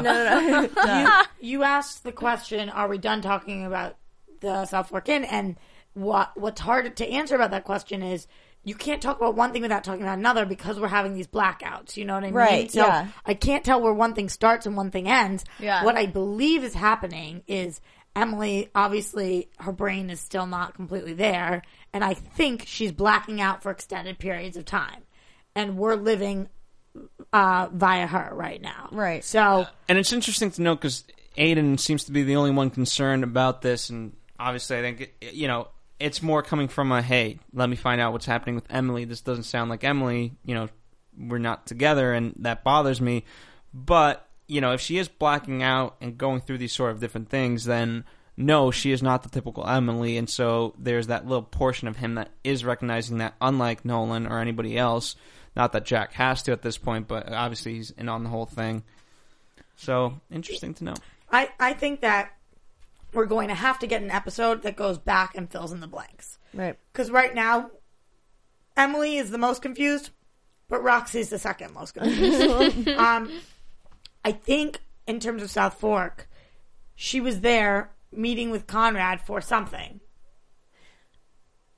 Speaker 4: Duh.
Speaker 7: No, no, no.
Speaker 5: you asked the question, are we done talking about the South Fork Inn? And what what's hard to answer about that question is you can't talk about one thing without talking about another because we're having these blackouts. You know what I mean?
Speaker 7: Right,
Speaker 5: So
Speaker 7: yeah.
Speaker 5: I can't tell where one thing starts and one thing ends.
Speaker 6: Yeah.
Speaker 5: What I believe is happening is Emily, obviously, her brain is still not completely there, and I think she's blacking out for extended periods of time, and we're living uh, via her right now.
Speaker 7: Right.
Speaker 5: So.
Speaker 4: and it's interesting to note because Aiden seems to be the only one concerned about this, and obviously, I think it- you know it's more coming from a hey, let me find out what's happening with Emily. This doesn't sound like Emily. You know, we're not together, and that bothers me. But you know, if she is blacking out and going through these sort of different things, then no, she is not the typical Emily, and so there's that little portion of him that is recognizing that, unlike Nolan or anybody else. Not that Jack has to at this point, but obviously he's in on the whole thing. So interesting to know.
Speaker 5: I, I think that we're going to have to get an episode that goes back and fills in the blanks.
Speaker 7: Right.
Speaker 5: Because right now, Emily is the most confused, but Roxy's the second most confused. um, I think in terms of South Fork, she was there meeting with Conrad for something.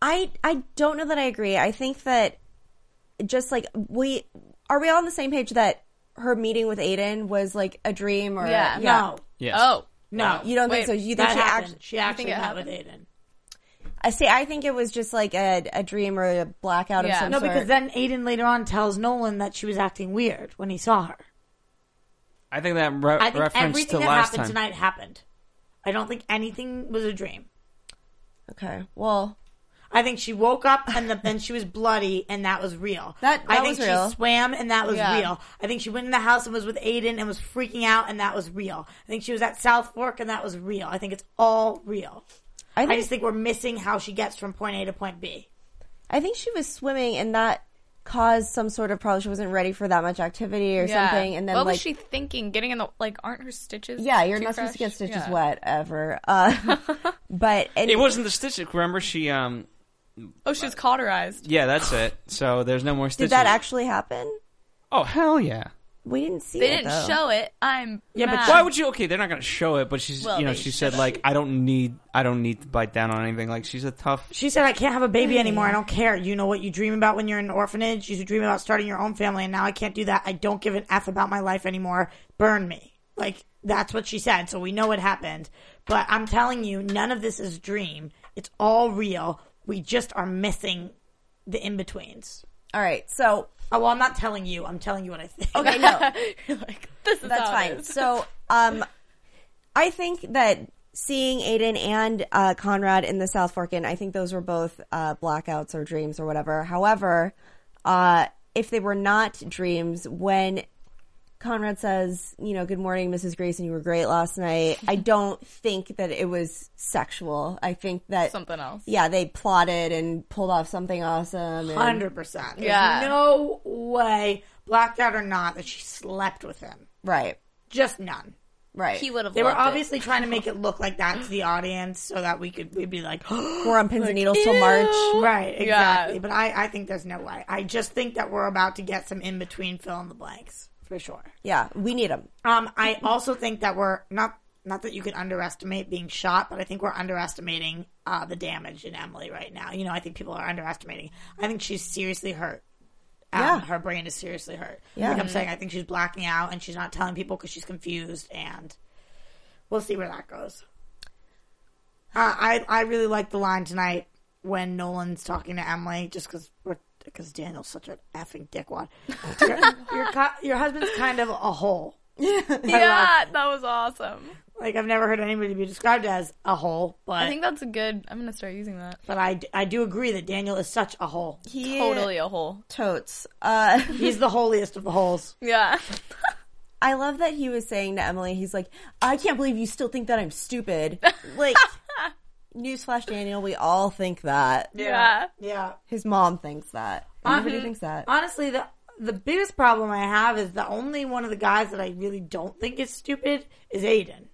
Speaker 7: I I don't know that I agree. I think that just like we are we all on the same page that her meeting with Aiden was like a dream or
Speaker 6: Yeah.
Speaker 5: Uh, No,
Speaker 4: Yes.
Speaker 6: Oh.
Speaker 5: no,
Speaker 7: You don't
Speaker 6: Wait,
Speaker 7: think so? You think
Speaker 5: that
Speaker 7: she
Speaker 5: happened.
Speaker 7: actually?
Speaker 5: she actually
Speaker 6: it
Speaker 5: met with Aiden.
Speaker 7: I see. I think it was just like a, a dream or a blackout
Speaker 6: Yeah.
Speaker 7: of some
Speaker 6: No,
Speaker 5: No,
Speaker 7: sort.
Speaker 5: because then Aiden later on tells Nolan that she was acting weird when he saw her.
Speaker 4: I think that re-
Speaker 5: I think
Speaker 4: reference to
Speaker 5: everything that
Speaker 4: last
Speaker 5: happened
Speaker 4: time.
Speaker 5: tonight happened. I don't think anything was a dream.
Speaker 7: okay, well,
Speaker 5: I think she woke up and the, then she was bloody and that was real.
Speaker 7: That-
Speaker 5: I
Speaker 7: that
Speaker 5: think
Speaker 7: was real.
Speaker 5: she swam and that was
Speaker 6: Yeah.
Speaker 5: real. I think she went in the house and was with Aiden and was freaking out and that was real. I think she was at South Fork and that was real. I think it's all real.
Speaker 7: I
Speaker 5: I
Speaker 7: think
Speaker 5: just think we're missing how she gets from point A to point B.
Speaker 7: I think she was swimming and that caused some sort of problem. She wasn't ready for that much activity or
Speaker 6: Yeah.
Speaker 7: something, and then
Speaker 6: what
Speaker 7: like
Speaker 6: was she thinking? Getting in the like, aren't her stitches?
Speaker 7: yeah, you're
Speaker 6: too
Speaker 7: not supposed to get
Speaker 6: fresh?
Speaker 7: stitches
Speaker 6: Yeah.
Speaker 7: wet ever. Uh, but and
Speaker 4: it wasn't the stitches. Remember, she um,
Speaker 6: Oh, she was cauterized.
Speaker 4: yeah, that's it. So there's no more
Speaker 7: did
Speaker 4: stitches.
Speaker 7: that actually happen?
Speaker 4: Oh hell yeah!
Speaker 7: We didn't see
Speaker 6: They
Speaker 7: it.
Speaker 6: didn't
Speaker 7: though.
Speaker 6: show it. I'm yeah,
Speaker 5: but
Speaker 4: Why would you? Okay, they're not gonna show it, but she's
Speaker 6: Well,
Speaker 4: you know
Speaker 6: they
Speaker 4: she
Speaker 6: should.
Speaker 4: said like I don't need I don't need to bite down on anything. Like she's a tough.
Speaker 5: She said, I can't have a baby anymore. I don't care. You know what you dream about when you're in an orphanage? You dream about starting your own family, and now I can't do that. I don't give an F about my life anymore. Burn me. Like, that's what she said. So we know what happened. But I'm telling you, none of this is dream. It's all real. We just are missing the in betweens.
Speaker 7: All right, so
Speaker 5: Oh, well, I'm not telling you. I'm telling you what I think.
Speaker 7: okay, no,
Speaker 6: You're like, this is
Speaker 7: that's
Speaker 6: how it
Speaker 7: fine.
Speaker 6: is.
Speaker 7: So, um, I think that seeing Aiden and uh, Conrad in the South Fork, and I think those were both uh, blackouts or dreams or whatever. However, uh, if they were not dreams, when Conrad says, you know, good morning, Mrs. Grayson, you were great last night, I don't think that it was sexual. I think that.
Speaker 6: Something else.
Speaker 7: yeah, they plotted and pulled off something awesome. and-
Speaker 5: Hundred percent.
Speaker 6: Yeah.
Speaker 5: There's no way, blacked out or not, that she slept with him.
Speaker 7: right,
Speaker 5: Just none.
Speaker 7: right.
Speaker 6: He would have.
Speaker 5: They were
Speaker 6: loved it.
Speaker 5: obviously trying to make it look like that to the audience so that we could we'd be like,
Speaker 7: we're on pins and needles till March.
Speaker 5: right, exactly. But I, I think there's no way. I just think that we're about to get some in between fill in the blanks for sure.
Speaker 7: Yeah, we need them.
Speaker 5: Um, I also think that we're not not that you can underestimate being shot, but I think we're underestimating uh, the damage in Emily right now. You know, I think people are underestimating. I think she's seriously hurt. Um,
Speaker 7: Yeah.
Speaker 5: her brain is seriously hurt.
Speaker 7: Yeah.
Speaker 5: like I'm saying, I think she's blacking out and she's not telling people because she's confused, and we'll see where that goes. Uh, I I really like the line tonight when Nolan's talking to Emily, just because because Daniel's such an effing dickwad. your, your co- your husband's kind of a hole.
Speaker 6: Yeah, that was awesome.
Speaker 5: Like I've never heard anybody be described as a hole, but
Speaker 6: I think that's a good. I'm gonna start using that.
Speaker 5: but I, d- I do agree that Daniel is such a hole.
Speaker 7: He
Speaker 6: Totally a hole.
Speaker 7: totes. Uh,
Speaker 5: He's the holiest of the holes.
Speaker 6: Yeah.
Speaker 7: I love that he was saying to Emily, he's like, I can't believe you still think that I'm stupid. Like, newsflash, Daniel, we all think that.
Speaker 6: yeah.
Speaker 5: Yeah.
Speaker 7: His mom thinks that. Everybody
Speaker 5: Uh-huh.
Speaker 7: thinks that.
Speaker 5: Honestly, the the biggest problem I have is the only one of the guys that I really don't think is stupid is Aiden.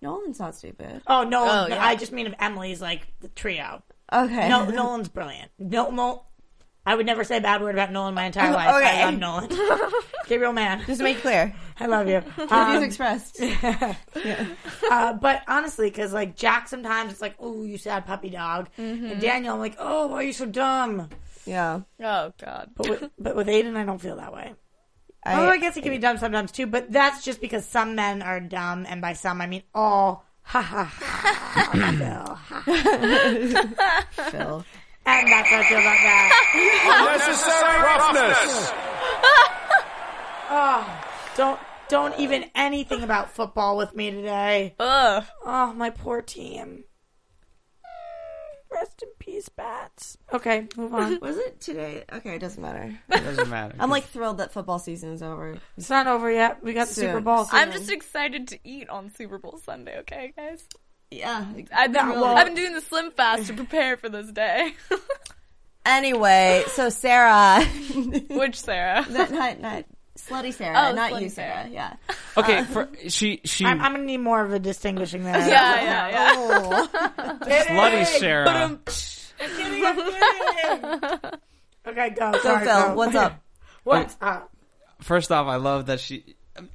Speaker 7: Nolan's not stupid.
Speaker 5: Oh no,
Speaker 6: Oh, yeah.
Speaker 5: I just mean if Emily's like the trio.
Speaker 7: Okay.
Speaker 5: No, Nolan's brilliant. No, no, I would never say a bad word about Nolan my entire life.
Speaker 7: Okay.
Speaker 5: I love Nolan. Gabriel man,
Speaker 7: Just to make clear,
Speaker 5: I love you.
Speaker 7: views
Speaker 5: Um,
Speaker 7: expressed.
Speaker 5: Uh, but honestly, because like Jack, sometimes it's like, "Oh, you sad puppy dog,"
Speaker 7: Mm-hmm.
Speaker 5: and Daniel, I'm like, "Oh, why are you so dumb?"
Speaker 7: Yeah.
Speaker 6: Oh God.
Speaker 5: But with, but with Aiden, I don't feel that way.
Speaker 7: I,
Speaker 5: Although I guess he can be dumb sometimes too. But that's just because some men are dumb, and by some I mean all. Ha ha ha! Bill. Ha.
Speaker 7: Phil.
Speaker 5: And that's how I feel about that.
Speaker 8: Unnecessary roughness.
Speaker 5: Don't don't even anything about football with me today.
Speaker 6: Ugh.
Speaker 5: Oh, my poor team. Mm, Rest in peace, bats. Okay, move on.
Speaker 7: Was it today? Okay, it doesn't matter.
Speaker 4: It doesn't matter.
Speaker 7: I'm like thrilled that football season is over.
Speaker 5: It's not over yet. We got the
Speaker 7: Soon.
Speaker 5: Super Bowl.
Speaker 6: I'm just excited to eat on Super Bowl Sunday. Okay, guys.
Speaker 7: Yeah.
Speaker 6: I've been,
Speaker 5: Really?
Speaker 6: I've been doing the slim fast to prepare for this day.
Speaker 7: Anyway, so Sarah.
Speaker 6: Which Sarah?
Speaker 7: not, not, not slutty Sarah.
Speaker 6: Oh,
Speaker 7: not
Speaker 6: slutty
Speaker 7: you, Sarah.
Speaker 6: Sarah.
Speaker 7: Yeah.
Speaker 4: okay, for, she she
Speaker 5: uh, I'm, I'm gonna need more of a distinguishing there.
Speaker 6: Yeah, yeah, yeah.
Speaker 7: Oh.
Speaker 4: bloody Sarah.
Speaker 5: Okay, go.
Speaker 7: So
Speaker 5: Sorry,
Speaker 7: Phil,
Speaker 5: go.
Speaker 7: what's up?
Speaker 5: What's up?
Speaker 4: First off, I love that she. um,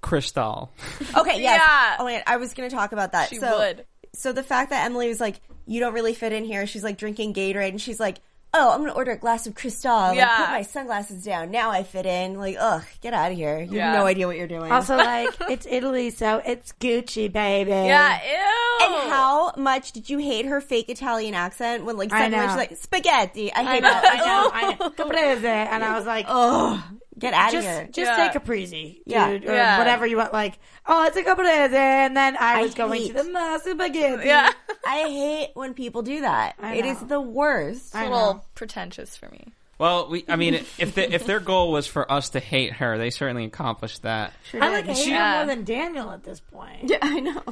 Speaker 4: Crystal.
Speaker 7: Okay, yes.
Speaker 6: Yeah.
Speaker 7: Oh wait, I was going to talk about that.
Speaker 6: She
Speaker 7: so,
Speaker 6: would.
Speaker 7: So the fact that Emily was like, "You don't really fit in here," she's like drinking Gatorade, and she's like, "Oh, I'm going to order a glass of Cristal.
Speaker 6: Yeah.
Speaker 7: Like, put my sunglasses down. Now I fit in. Like, ugh, get out of here. You
Speaker 6: Yeah.
Speaker 7: have no idea what you're doing."
Speaker 5: Also, like it's Italy, so it's Gucci, baby.
Speaker 6: Yeah, ew.
Speaker 7: and how much did you hate her fake Italian accent when like
Speaker 5: I
Speaker 7: suddenly
Speaker 5: know.
Speaker 7: she's like spaghetti? I
Speaker 5: I
Speaker 7: hate
Speaker 5: know,
Speaker 7: that.
Speaker 5: I know, I know. Caprese, and I was like,
Speaker 7: Ugh, get out of
Speaker 5: just
Speaker 7: here.
Speaker 5: just
Speaker 6: Yeah.
Speaker 5: say caprese, dude,
Speaker 7: Yeah.
Speaker 5: or
Speaker 6: Yeah.
Speaker 5: whatever you want. Like, oh, it's a caprese, and then I
Speaker 7: I
Speaker 5: was going
Speaker 7: hate-
Speaker 5: to the massive spaghetti.
Speaker 6: Yeah.
Speaker 7: I hate when people do that. It
Speaker 5: know.
Speaker 7: is the worst.
Speaker 5: I
Speaker 6: A
Speaker 5: know.
Speaker 6: little pretentious for me.
Speaker 4: Well, we, I mean, if the, if their goal was for us to hate her, they certainly accomplished that.
Speaker 5: I like hate her
Speaker 6: Yeah.
Speaker 5: more than Daniel at this point.
Speaker 7: Yeah, I know.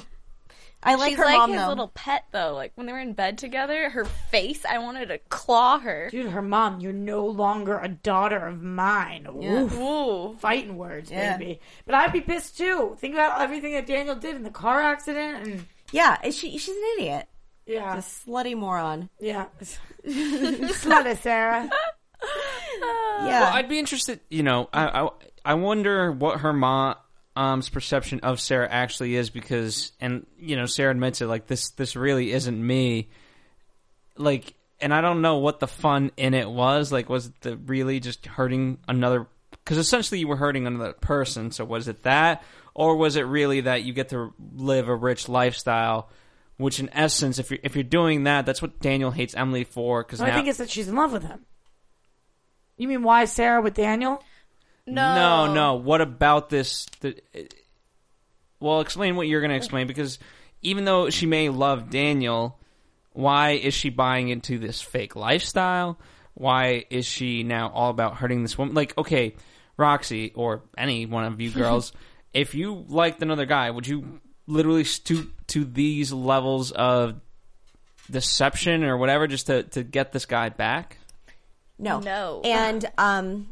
Speaker 7: I like
Speaker 6: She's
Speaker 7: her
Speaker 6: like
Speaker 7: mom
Speaker 6: his
Speaker 7: though.
Speaker 6: little pet though. Like when they were in bed together, her face, I wanted to claw her.
Speaker 5: Dude, her mom, you're no longer a daughter of mine. Oof.
Speaker 6: Ooh.
Speaker 5: Fighting words,
Speaker 7: Yeah.
Speaker 5: baby. But I'd be pissed too. Think about everything that Daniel did in the car accident and
Speaker 7: Yeah, and she she's an idiot.
Speaker 5: yeah,
Speaker 7: A slutty moron.
Speaker 5: yeah. Slut it, Sarah.
Speaker 7: Yeah.
Speaker 4: Well, I'd be interested. You know, I I, I wonder what her mom's perception of Sarah actually is because, and you know, Sarah admits it. Like this, this really isn't me. Like, and I don't know what the fun in it was. Like, was it the really just hurting another? Because essentially, you were hurting another person. So was it that, or was it really that you get to live a rich lifestyle? Which, in essence, if you're if you're doing that, that's what Daniel hates Emily for. Because
Speaker 5: I think it's that she's in love with him. You mean why Sarah with Daniel?
Speaker 6: No.
Speaker 4: no, What about this? The, well, explain what you're going to explain because even though she may love Daniel, why is she buying into this fake lifestyle? Why is she now all about hurting this woman? Like, okay, Roxy or any one of you girls, if you liked another guy, would you literally stoop to these levels of deception or whatever just to, to get this guy back?
Speaker 7: No.
Speaker 6: No.
Speaker 7: And um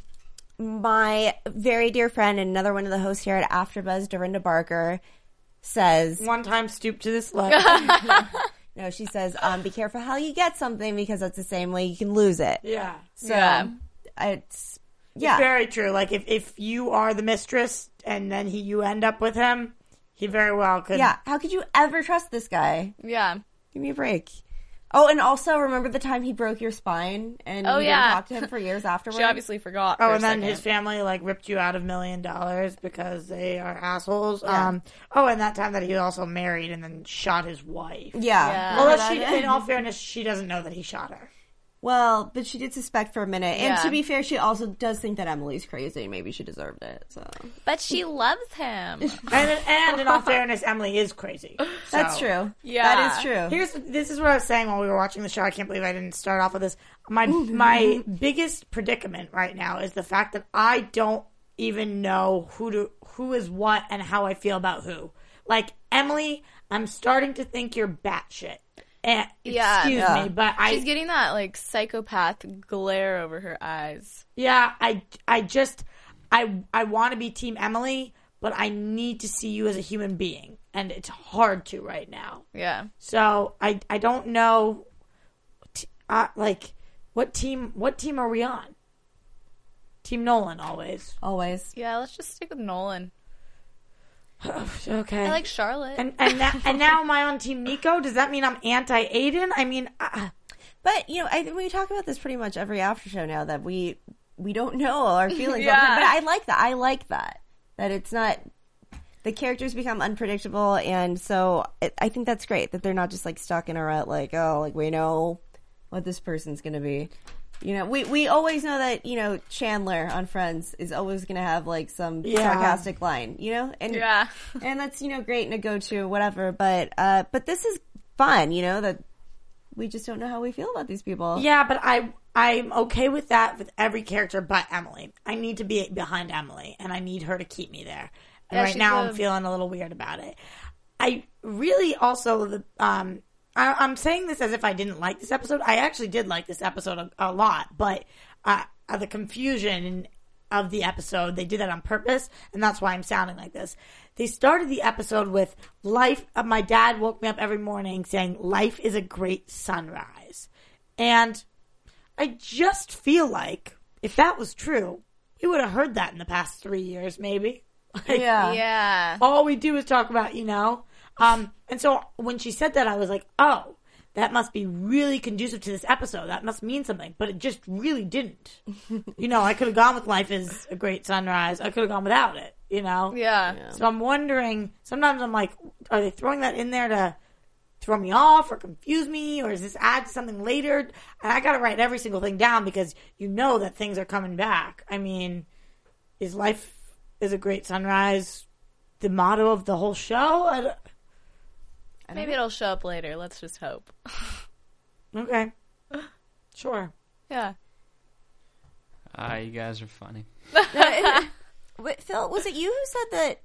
Speaker 7: my very dear friend and another one of the hosts here at AfterBuzz, Dorinda Barker, says
Speaker 5: One time stoop to this slut.
Speaker 7: no, she says, um, be careful how you get something because that's the same way you can lose it.
Speaker 5: yeah.
Speaker 7: So um,
Speaker 6: Yeah.
Speaker 7: it's yeah.
Speaker 5: Very true. Like if, if you are the mistress and then he you end up with him, he very well could
Speaker 7: yeah. How could you ever trust this guy?
Speaker 6: Yeah.
Speaker 7: Give me a break. Oh, and also remember the time he broke your spine and
Speaker 6: Oh,
Speaker 7: you
Speaker 6: yeah.
Speaker 7: didn't talk to him for years afterwards?
Speaker 6: She obviously forgot.
Speaker 5: Oh,
Speaker 6: for a
Speaker 5: and then
Speaker 6: second.
Speaker 5: his family like ripped you out of million dollars because they are assholes. Um. Oh, and that time that he also married and then shot his wife.
Speaker 7: Yeah.
Speaker 6: Yeah.
Speaker 5: Although she, in all fairness, she doesn't know that he shot her.
Speaker 7: Well, but she did suspect for a minute. And
Speaker 6: Yeah.
Speaker 7: to be fair, she also does think that Emily's crazy and maybe she deserved it. So
Speaker 6: But she loves him.
Speaker 5: And and in all fairness, Emily is crazy. So-
Speaker 7: That's true.
Speaker 6: Yeah.
Speaker 7: That is true.
Speaker 5: Here's this is what I was saying while we were watching the show. I can't believe I didn't start off with this. My my biggest predicament right now is the fact that I don't even know who to who is what and how I feel about who. Like Emily, I'm starting to think you're batshit. And,
Speaker 6: Yeah.
Speaker 5: excuse me, but I
Speaker 6: She's getting that like psychopath glare over her eyes.
Speaker 5: yeah, I I just I I want to be Team Emily, but I need to see you as a human being, and it's hard to right now.
Speaker 6: Yeah.
Speaker 5: So I I don't know, t- uh, like what team what team are we on? Team Nolan always.
Speaker 7: Always.
Speaker 6: Yeah, let's just stick with Nolan.
Speaker 5: Okay.
Speaker 6: I like Charlotte.
Speaker 5: and and now, and now am I on Team Nico? Does that mean I'm anti Aiden? I mean, uh,
Speaker 7: But you know, I think we talk about this pretty much every after show now that we we don't know our feelings.
Speaker 6: Yeah.
Speaker 7: on her, but I like that. I like that. That it's not the characters become unpredictable and so I I think that's great that they're not just like stuck in a rut like, oh, like we know what this person's going to be. You know, we we always know that, you know, Chandler on Friends is always going to have like some
Speaker 5: Yeah.
Speaker 7: sarcastic line, you know? And
Speaker 6: Yeah.
Speaker 7: and that's, you know, great and a go-to whatever, but uh but this is fun, you know, that we just don't know how we feel about these people.
Speaker 5: yeah, but I I'm okay with that with every character but Emily. I need to be behind Emily, and I need her to keep me there. And
Speaker 6: Yeah,
Speaker 5: right
Speaker 6: she's
Speaker 5: now,
Speaker 6: a-
Speaker 5: I'm feeling a little weird about it. I really also the um I, I'm saying this as if I didn't like this episode. I actually did like this episode a, a lot, but uh, uh, the confusion of the episode they did that on purpose, and that's why I'm sounding like this. They started the episode with life. Uh, my dad woke me up every morning saying life is a great sunrise, and I just feel like if that was true, we would have heard that in the past three years, maybe. Like,
Speaker 7: Yeah.
Speaker 6: Yeah.
Speaker 5: all we do is talk about, you know? Um, and so when she said that, I was like, oh, that must be really conducive to this episode. That must mean something. But it just really didn't. you know, I could have gone with Life is a Great Sunrise. I could have gone without it, you know?
Speaker 6: Yeah.
Speaker 5: So I'm wondering, sometimes I'm like, are they throwing that in there to throw me off or confuse me? Or is this add something later? And I got to write every single thing down because you know that things are coming back. I mean, is Life is a Great Sunrise the motto of the whole show? I don't-
Speaker 6: Maybe it'll show up later. Let's just hope.
Speaker 5: okay. Sure.
Speaker 6: Yeah.
Speaker 4: Ah, you guys are funny.
Speaker 7: Wait, Phil, was it you who said that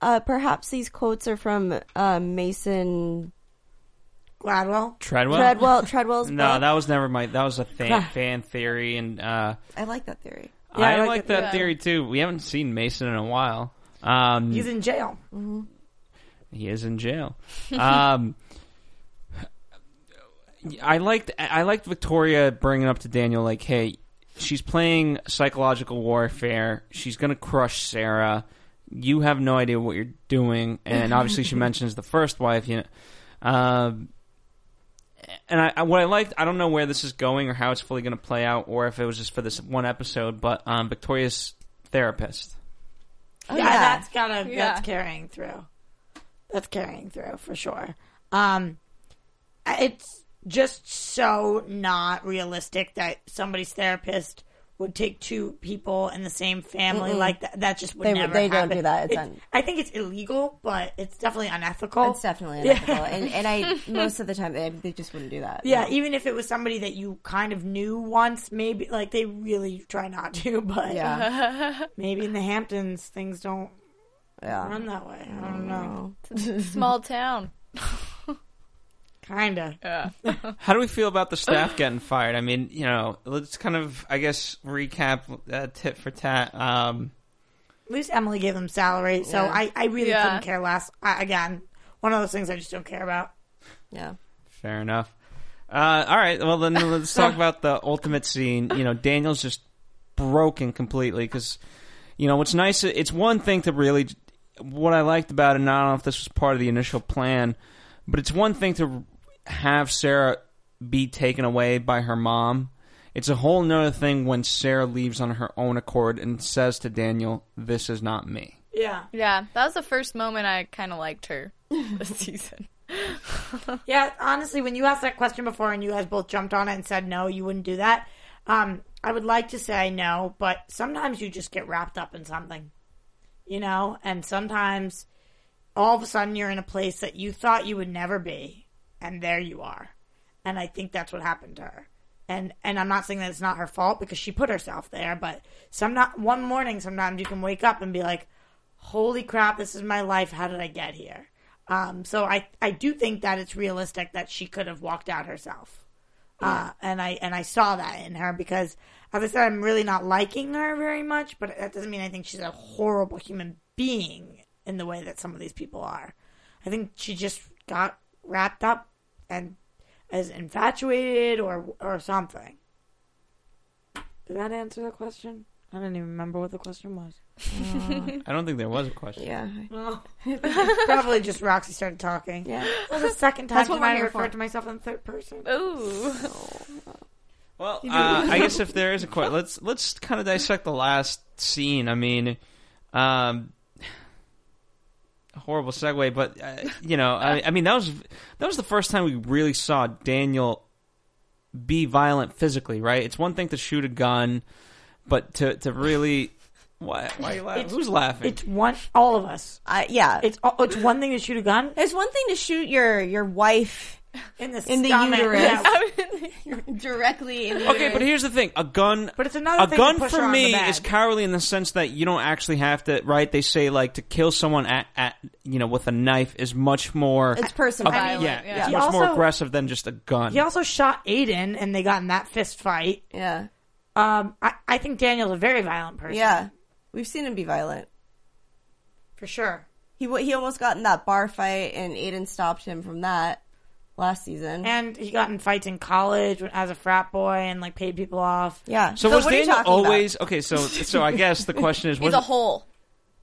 Speaker 7: uh, perhaps these quotes are from uh, Mason
Speaker 5: Gladwell.
Speaker 4: Treadwell.
Speaker 7: Treadwell? Treadwell's
Speaker 4: No,
Speaker 7: book?
Speaker 4: that was never my. That was a fan, fan theory, and uh,
Speaker 7: I like that theory.
Speaker 5: I
Speaker 4: I
Speaker 5: like
Speaker 4: like,
Speaker 5: it.
Speaker 4: that
Speaker 6: Yeah.
Speaker 4: theory too. We haven't seen Mason in a while. Um,
Speaker 5: He's in jail.
Speaker 4: He is in jail. um, I liked I liked Victoria bringing up to Daniel like, hey, she's playing psychological warfare. She's gonna crush Sarah. You have no idea what you're doing, and obviously she mentions the first wife. You know, um, and I, I what I liked I don't know where this is going or how it's fully gonna play out, or if it was just for this one episode. But um, Victoria's therapist.
Speaker 7: Oh,
Speaker 5: yeah,
Speaker 7: yeah.
Speaker 5: that's gotta
Speaker 6: Yeah.
Speaker 5: that's carrying through. That's carrying through for sure. Um, I- it's just so not realistic that somebody's therapist would take two people in the same family like that. That just would
Speaker 7: They-
Speaker 5: never.
Speaker 7: they don't
Speaker 5: happen.
Speaker 7: do that. It's
Speaker 5: It-
Speaker 7: un-
Speaker 5: I think it's illegal, but it's definitely unethical.
Speaker 7: It's definitely unethical. and, and I, most of the time, they, they just wouldn't do that.
Speaker 5: Yeah, even if it was somebody that you kind of knew once, maybe like they really try not to, but
Speaker 7: Yeah.
Speaker 5: maybe in the Hamptons things don't
Speaker 7: Yeah.
Speaker 5: run that way. I don't know.
Speaker 6: Small town.
Speaker 5: Kinda.
Speaker 4: How do we feel about the staff getting fired? I mean, you know, let's kind of, I guess, recap uh, tit for tat. Um,
Speaker 5: At least Emily gave them salary, so
Speaker 7: Yeah.
Speaker 5: I, I really
Speaker 6: Yeah.
Speaker 5: couldn't care less. I, again, one of those things I just don't care about.
Speaker 7: Yeah.
Speaker 4: fair enough. Uh, all right, well then let's talk about the ultimate scene. You know, Daniel's just broken completely because, you know, what's nice. It's one thing to really, what I liked about it. And I don't know if this was part of the initial plan, but it's one thing to have Sarah be taken away by her mom. It's a whole nother thing when Sarah leaves on her own accord and says to Daniel, "This is not me."
Speaker 5: Yeah,
Speaker 6: Yeah. That was the first moment I kind of liked her this season.
Speaker 5: yeah. Honestly, when you asked that question before, and you guys both jumped on it and said no, you wouldn't do that. Um, I would like to say no, but sometimes you just get wrapped up in something, you know, and sometimes all of a sudden you're in a place that you thought you would never be, and there you are. And I think that's what happened to her. And and I'm not saying that it's not her fault because she put herself there, but some not one morning sometimes you can wake up and be like, holy crap, this is my life. How did I get here? Um, so I, I do think that it's realistic that she could have walked out herself. Uh, and I and I saw that in her because, as I said, I'm really not liking her very much, but that doesn't mean I think she's a horrible human being in the way that some of these people are. I think she just got wrapped up and is infatuated or or something. Did that answer the question? I don't even remember what the question was.
Speaker 4: I don't think there was a question.
Speaker 7: Yeah.
Speaker 4: Oh.
Speaker 5: Probably just Roxy started talking.
Speaker 7: Yeah.
Speaker 5: Well, the second time
Speaker 7: That's what we're
Speaker 5: tonight I
Speaker 7: here for.
Speaker 5: referred to myself in third person.
Speaker 4: Uh,
Speaker 6: Ooh.
Speaker 4: Well, uh, I guess if there is a question, let's let's kind of dissect the last scene. I mean, um, horrible segue, but uh, you know, I, I mean that was that was the first time we really saw Daniel be violent physically. Right? It's one thing to shoot a gun, but to to really why why are you laughing? Who's laughing?
Speaker 5: It's one, all of us.
Speaker 7: Uh, yeah.
Speaker 5: It's all, it's one thing to shoot a gun
Speaker 7: It's one thing to shoot your, your wife
Speaker 5: in the
Speaker 7: In the
Speaker 5: stomach,
Speaker 7: uterus.
Speaker 5: yeah.
Speaker 7: directly in the
Speaker 4: Okay, but here's the thing: a gun,
Speaker 5: But it's another
Speaker 4: a
Speaker 5: thing to
Speaker 4: gun
Speaker 5: push her
Speaker 4: for
Speaker 5: on
Speaker 4: me
Speaker 5: the bed.
Speaker 4: is cowardly in the sense that you don't actually have to. Right? They say like to kill someone at, at you know with a knife is much more.
Speaker 7: It's personal.
Speaker 4: ag-
Speaker 6: violent,
Speaker 4: yeah,
Speaker 6: yeah.
Speaker 4: it's
Speaker 5: He
Speaker 4: much more
Speaker 5: also-
Speaker 4: aggressive than just a gun.
Speaker 5: He also shot Aiden, and they got in that fist fight.
Speaker 7: Yeah.
Speaker 5: Um, I, I think Daniel's a very violent person.
Speaker 7: Yeah. We've seen him be violent.
Speaker 5: for sure.
Speaker 7: He wa- he almost got in that bar fight, and Aiden stopped him from that last season.
Speaker 5: And he got in fights in college when- as a frat boy, and like paid people off.
Speaker 7: yeah.
Speaker 4: so was
Speaker 7: what are you
Speaker 4: Daniel
Speaker 7: talking about?
Speaker 4: always okay? So so I guess the question is was
Speaker 6: He's a hole.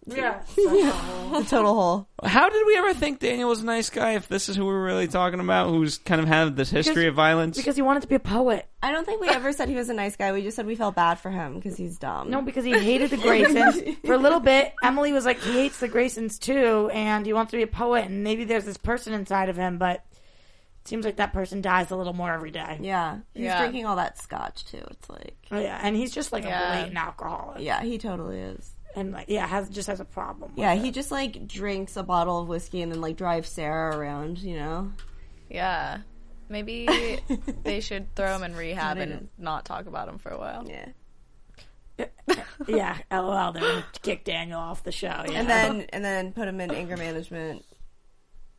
Speaker 5: Yeah.
Speaker 7: The total hole.
Speaker 4: How did we ever think Daniel was a nice guy if this is who we're really talking about, who's kind of had this history of violence?
Speaker 5: because he wanted to be a poet.
Speaker 7: I don't think we ever said he was a nice guy. We just said we felt bad for him because he's dumb.
Speaker 5: No, because he hated the Graysons for a little bit. Emily was like, he hates the Graysons too, and he wants to be a poet, and maybe there's this person inside of him, but it seems like that person dies a little more every day.
Speaker 7: Yeah. He's
Speaker 6: Yeah.
Speaker 7: drinking all that scotch too. It's like,
Speaker 5: Oh, yeah. And he's just like
Speaker 6: Yeah.
Speaker 5: a blatant alcoholic,
Speaker 7: yeah, he totally is.
Speaker 5: and like yeah, has just has a problem. with
Speaker 7: Yeah,
Speaker 5: it.
Speaker 7: he just like drinks a bottle of whiskey and then like drives Sarah around, you know?
Speaker 6: Yeah. Maybe they should throw him in rehab and not talk about him for a while.
Speaker 7: Yeah.
Speaker 5: yeah. Lol, they're gonna kick Daniel off the show. Yeah.
Speaker 7: And then and then put him in anger management.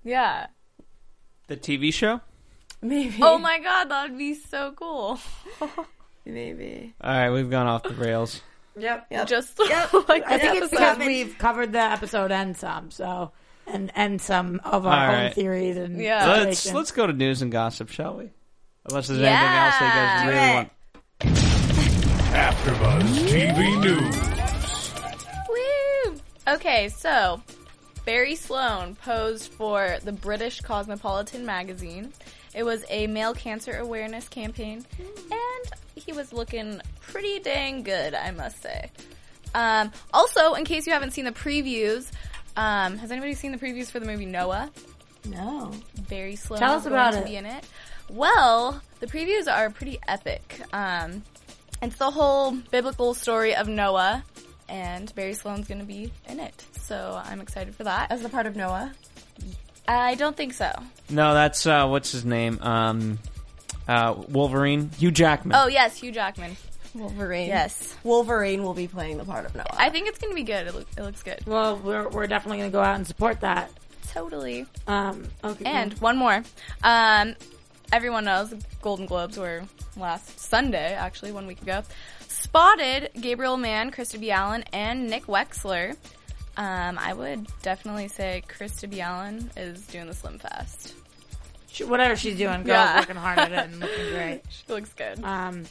Speaker 6: Yeah.
Speaker 4: the TV show?
Speaker 7: Maybe.
Speaker 6: Oh my god, that would be so cool.
Speaker 7: Maybe.
Speaker 4: All right, we've gone off the rails.
Speaker 5: yep.
Speaker 6: Just like
Speaker 5: I think
Speaker 6: that
Speaker 5: it's because
Speaker 6: episode.
Speaker 5: we've covered the episode and some, so and and some of our
Speaker 4: All
Speaker 5: own
Speaker 4: right.
Speaker 5: theories and
Speaker 6: Yeah.
Speaker 4: Let's
Speaker 5: situations.
Speaker 4: let's go to news and gossip, shall we? Unless there's anything
Speaker 6: Yeah.
Speaker 4: else that you guys really want.
Speaker 8: AfterBuzz TV News.
Speaker 6: Woo! Okay, so Barry Sloane posed for the British Cosmopolitan magazine. It was a male cancer awareness campaign, and he was looking pretty dang good, I must say. Um, also, in case you haven't seen the previews, um, has anybody seen the previews for the movie Noah?
Speaker 7: No.
Speaker 6: Barry Sloane
Speaker 5: Tell
Speaker 6: is
Speaker 5: us about
Speaker 6: going to
Speaker 5: it.
Speaker 6: be in it. Well, the previews are pretty epic. Um, it's the whole biblical story of Noah, and Barry Sloane's going to be in it. So I'm excited for that.
Speaker 7: As the part of Noah.
Speaker 6: I don't think so.
Speaker 4: No, that's uh, what's his name? Um, uh, Wolverine, Hugh Jackman.
Speaker 6: Oh yes, Hugh Jackman.
Speaker 7: Wolverine.
Speaker 6: Yes.
Speaker 7: Wolverine will be playing the part of Noah.
Speaker 6: I think it's going to be good. It, loo- it looks good.
Speaker 5: well, we're we're definitely gonna go out and support that.
Speaker 6: Totally.
Speaker 5: Um, okay.
Speaker 6: And one more. Um, everyone knows the Golden Globes were last Sunday, actually, one week ago. Spotted Gabriel Mann, Krista B. Allen, and Nick Wexler. Um, I would definitely say Krista B. Allen is doing the Slim Fest.
Speaker 5: She, whatever she's doing, girls
Speaker 6: Yeah.
Speaker 5: working hard at it and looking great.
Speaker 6: She looks good.
Speaker 5: Um,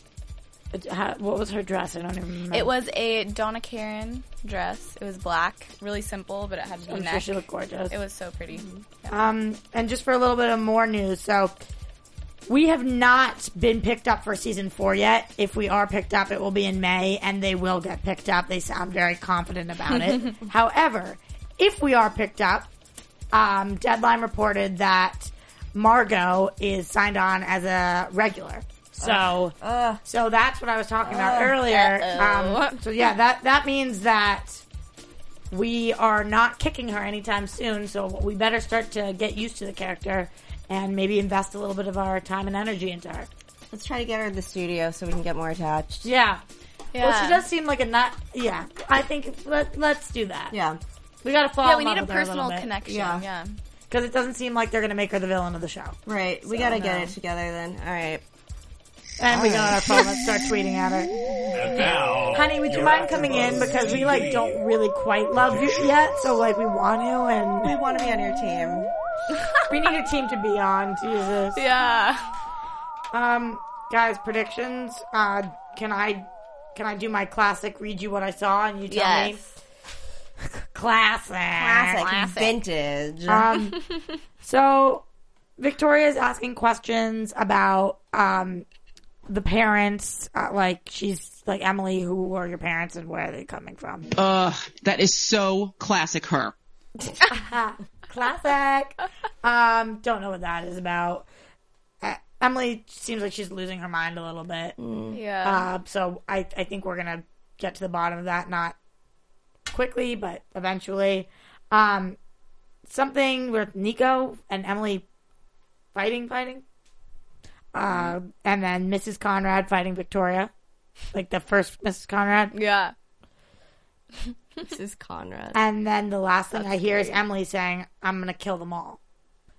Speaker 5: it- how, what was her dress? I don't even remember.
Speaker 6: it was a Donna Karen dress. It was black, really simple, but it had a
Speaker 5: I'm sure
Speaker 6: neck.
Speaker 5: she looked gorgeous.
Speaker 6: It was so pretty.
Speaker 5: Um, and just for a little bit of more news, so we have not been picked up for season four yet. If we are picked up, it will be in May, and they will get picked up. They sound very confident about it. However, if we are picked up, um, Deadline reported that Margot is signed on as a regular. So, so that's what I was talking about earlier. Um, so yeah, that that means that we are not kicking her anytime soon, so we better start to get used to the character and maybe invest a little bit of our time and energy into her.
Speaker 7: Let's try to get her in the studio so we can get more attached.
Speaker 5: Yeah.
Speaker 6: Yeah.
Speaker 5: Well, she does seem like a not. Yeah, I think let let's do that.
Speaker 7: Yeah.
Speaker 5: we gotta fall.
Speaker 6: Yeah,
Speaker 5: in
Speaker 6: we
Speaker 5: love
Speaker 6: need a
Speaker 5: with her
Speaker 6: personal
Speaker 5: little bit.
Speaker 6: connection.
Speaker 7: Yeah.
Speaker 6: yeah.
Speaker 5: because it doesn't seem like they're gonna make her the villain of the show.
Speaker 7: Right. we gotta get it together then. All right.
Speaker 5: And
Speaker 6: Oh.
Speaker 5: we got our phone. Let's start tweeting at her.
Speaker 8: And now,
Speaker 5: Honey, would you mind coming in because we like don't really quite love you yet, so like we want you
Speaker 7: We
Speaker 5: and
Speaker 7: want to be on your team.
Speaker 5: we need a team to be on. Jesus.
Speaker 6: Yeah.
Speaker 5: Um, guys, predictions. Uh, can I can I do my classic? Read you what I saw, and you tell me. Classic.
Speaker 7: Classic. Vintage.
Speaker 5: Um, so Victoria's asking questions about um the parents, uh, like she's like Emily, who were your parents and where are they coming from?
Speaker 9: Uh, That is so classic her.
Speaker 5: Classic. um, don't know what that is about. Uh, Emily seems like she's losing her mind a little bit.
Speaker 6: Yeah.
Speaker 5: Uh, so I, I think we're gonna get to the bottom of that, not quickly, but eventually. Um, something with Nico and Emily fighting, fighting, uh, and then Mrs. Conrad fighting Victoria, like the first Mrs. Conrad,
Speaker 6: yeah.
Speaker 7: this is Conrad.
Speaker 5: and then the last thing I hear is Emily saying, "I'm gonna kill them all."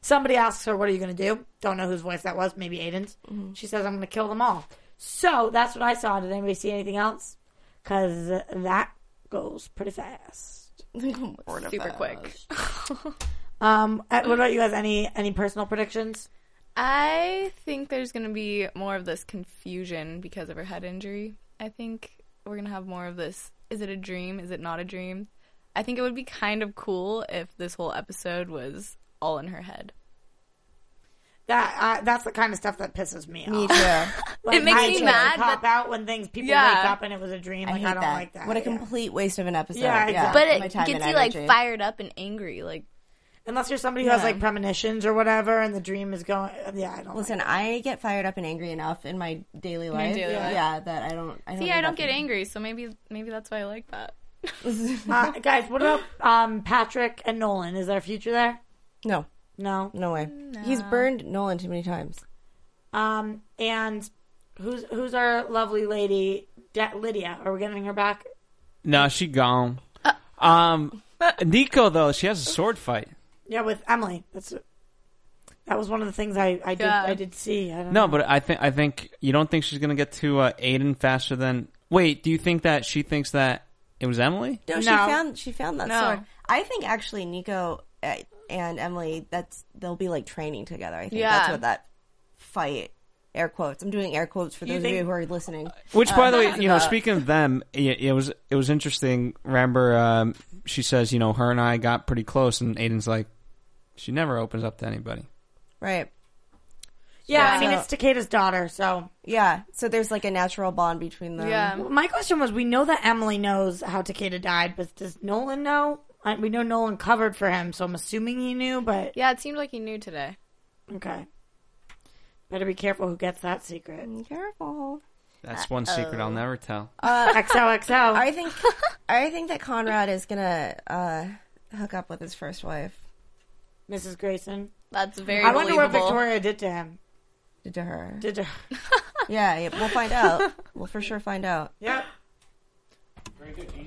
Speaker 5: Somebody asks her, "What are you gonna do?" Don't know whose voice that was. Maybe Aiden's.
Speaker 7: Mm-hmm.
Speaker 5: She says, "I'm gonna kill them all." So that's what I saw. Did anybody see anything else? Because that goes pretty fast.
Speaker 6: Super
Speaker 5: uh,
Speaker 6: quick.
Speaker 5: Um, uh, what about you guys? Any any personal predictions?
Speaker 6: I think there's going to be more of this confusion because of her head injury. I think we're going to have more of this is it a dream? Is it not a dream? I think it would be kind of cool if this whole episode was all in her head.
Speaker 5: That uh, that's the kind of stuff that pisses me off.
Speaker 7: Me too.
Speaker 5: Like,
Speaker 6: It makes
Speaker 5: I
Speaker 6: me
Speaker 5: too,
Speaker 6: mad,
Speaker 5: Pop
Speaker 6: but-
Speaker 5: out when things people
Speaker 6: Yeah.
Speaker 5: wake up and it was a dream.
Speaker 7: I
Speaker 5: Like
Speaker 7: hate
Speaker 5: I, don't
Speaker 7: that.
Speaker 5: like that.
Speaker 7: What a
Speaker 5: yeah.
Speaker 7: complete waste of an episode.
Speaker 5: Yeah, exactly.
Speaker 6: But
Speaker 7: all my
Speaker 6: it
Speaker 7: time
Speaker 6: gets
Speaker 7: and
Speaker 6: you like
Speaker 7: energy.
Speaker 6: fired up and angry. Like
Speaker 5: Unless you're somebody who has like premonitions or whatever, and the dream is going. Yeah, I don't.
Speaker 7: Listen, I get fired up and angry enough in my daily life.
Speaker 6: daily
Speaker 7: yeah.
Speaker 6: life.
Speaker 7: that I don't. I don't
Speaker 6: see,
Speaker 7: need
Speaker 6: I
Speaker 7: that
Speaker 6: don't get
Speaker 7: for-
Speaker 6: angry, so maybe maybe that's why I like that.
Speaker 5: like- uh, guys, what about um, Patrick and Nolan? Is there a future there?
Speaker 7: No,
Speaker 5: No.
Speaker 7: no way. He's burned Nolan too many times.
Speaker 5: Um, and who's who's our lovely lady, De- Lydia? Are we getting her back?
Speaker 4: No, she gone. Um, Nico though, she has a sword fight.
Speaker 5: Yeah, with Emily. That's that was one of the things I, I did
Speaker 6: Yeah.
Speaker 5: I did see. I don't
Speaker 4: No, but I think I think you don't think she's gonna get to uh, Aiden faster than. Wait, do you think that she thinks that it was Emily?
Speaker 7: No, she
Speaker 5: No.
Speaker 7: found she found that
Speaker 6: No.
Speaker 7: sword. I think actually Nico uh, and Emily that's they'll be like training together. I think
Speaker 6: Yeah.
Speaker 7: that's what that fight air quotes. I'm doing air quotes for those of
Speaker 5: think-
Speaker 7: you who are listening.
Speaker 4: Which, by the way,
Speaker 7: it's
Speaker 4: you know,
Speaker 7: about-
Speaker 4: speaking of them, it, it was it was interesting. Remember, um, she says, you know, her and I got pretty close, and Aiden's like, she never opens up to anybody.
Speaker 7: Right.
Speaker 5: Yeah, I
Speaker 7: Yeah.
Speaker 5: mean
Speaker 7: So-
Speaker 5: it's Takeda's daughter, so
Speaker 7: Yeah. So there's like a natural bond between them.
Speaker 6: Yeah.
Speaker 5: my question was: We know that Emily knows how Takeda died, but does Nolan know? I, we know Nolan covered for him, so I'm assuming he knew. But
Speaker 6: Yeah, it seemed like you knew today.
Speaker 5: okay, better be careful who gets that secret.
Speaker 7: Mm, Careful.
Speaker 4: That's one secret I'll never tell.
Speaker 5: XOXO.
Speaker 7: I think I think that Conrad is gonna uh, hook up with his first wife.
Speaker 5: Mrs. Grayson.
Speaker 6: That's very.
Speaker 5: I wonder what
Speaker 6: believable.
Speaker 5: Victoria did to him.
Speaker 7: Did to her.
Speaker 5: Did to her.
Speaker 7: Yeah, yeah, we'll find out. We'll for sure find out.
Speaker 5: Yep.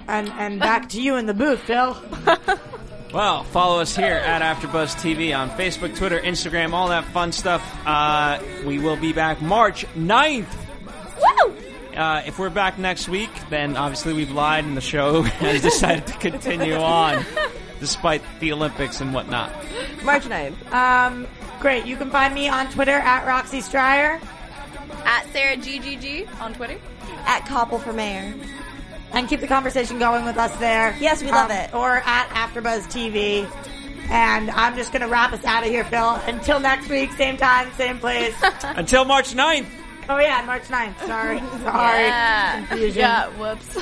Speaker 5: And and back to you in the booth, Bill.
Speaker 4: Well, follow us here at AfterBuzz TV on Facebook, Twitter, Instagram, all that fun stuff. Uh, we will be back March 9th. Woo! Uh, if we're back next week, then obviously we've lied and the show has decided to continue on despite the Olympics and whatnot.
Speaker 7: March 9th.
Speaker 5: Um, great. You can find me on Twitter at Roxy Stryer
Speaker 6: at Sarah GGG on Twitter.
Speaker 7: At Copple for Mayor.
Speaker 5: and keep the conversation going with us there. Um,
Speaker 7: Yes, we love it.
Speaker 5: Or at AfterBuzz TV. And I'm just gonna wrap us out of here, Phil. Until next week, same time, same place.
Speaker 4: Until March 9th!
Speaker 5: oh yeah, March 9th. Sorry, sorry.
Speaker 6: Yeah.
Speaker 5: Confusion.
Speaker 6: Yeah. Whoops.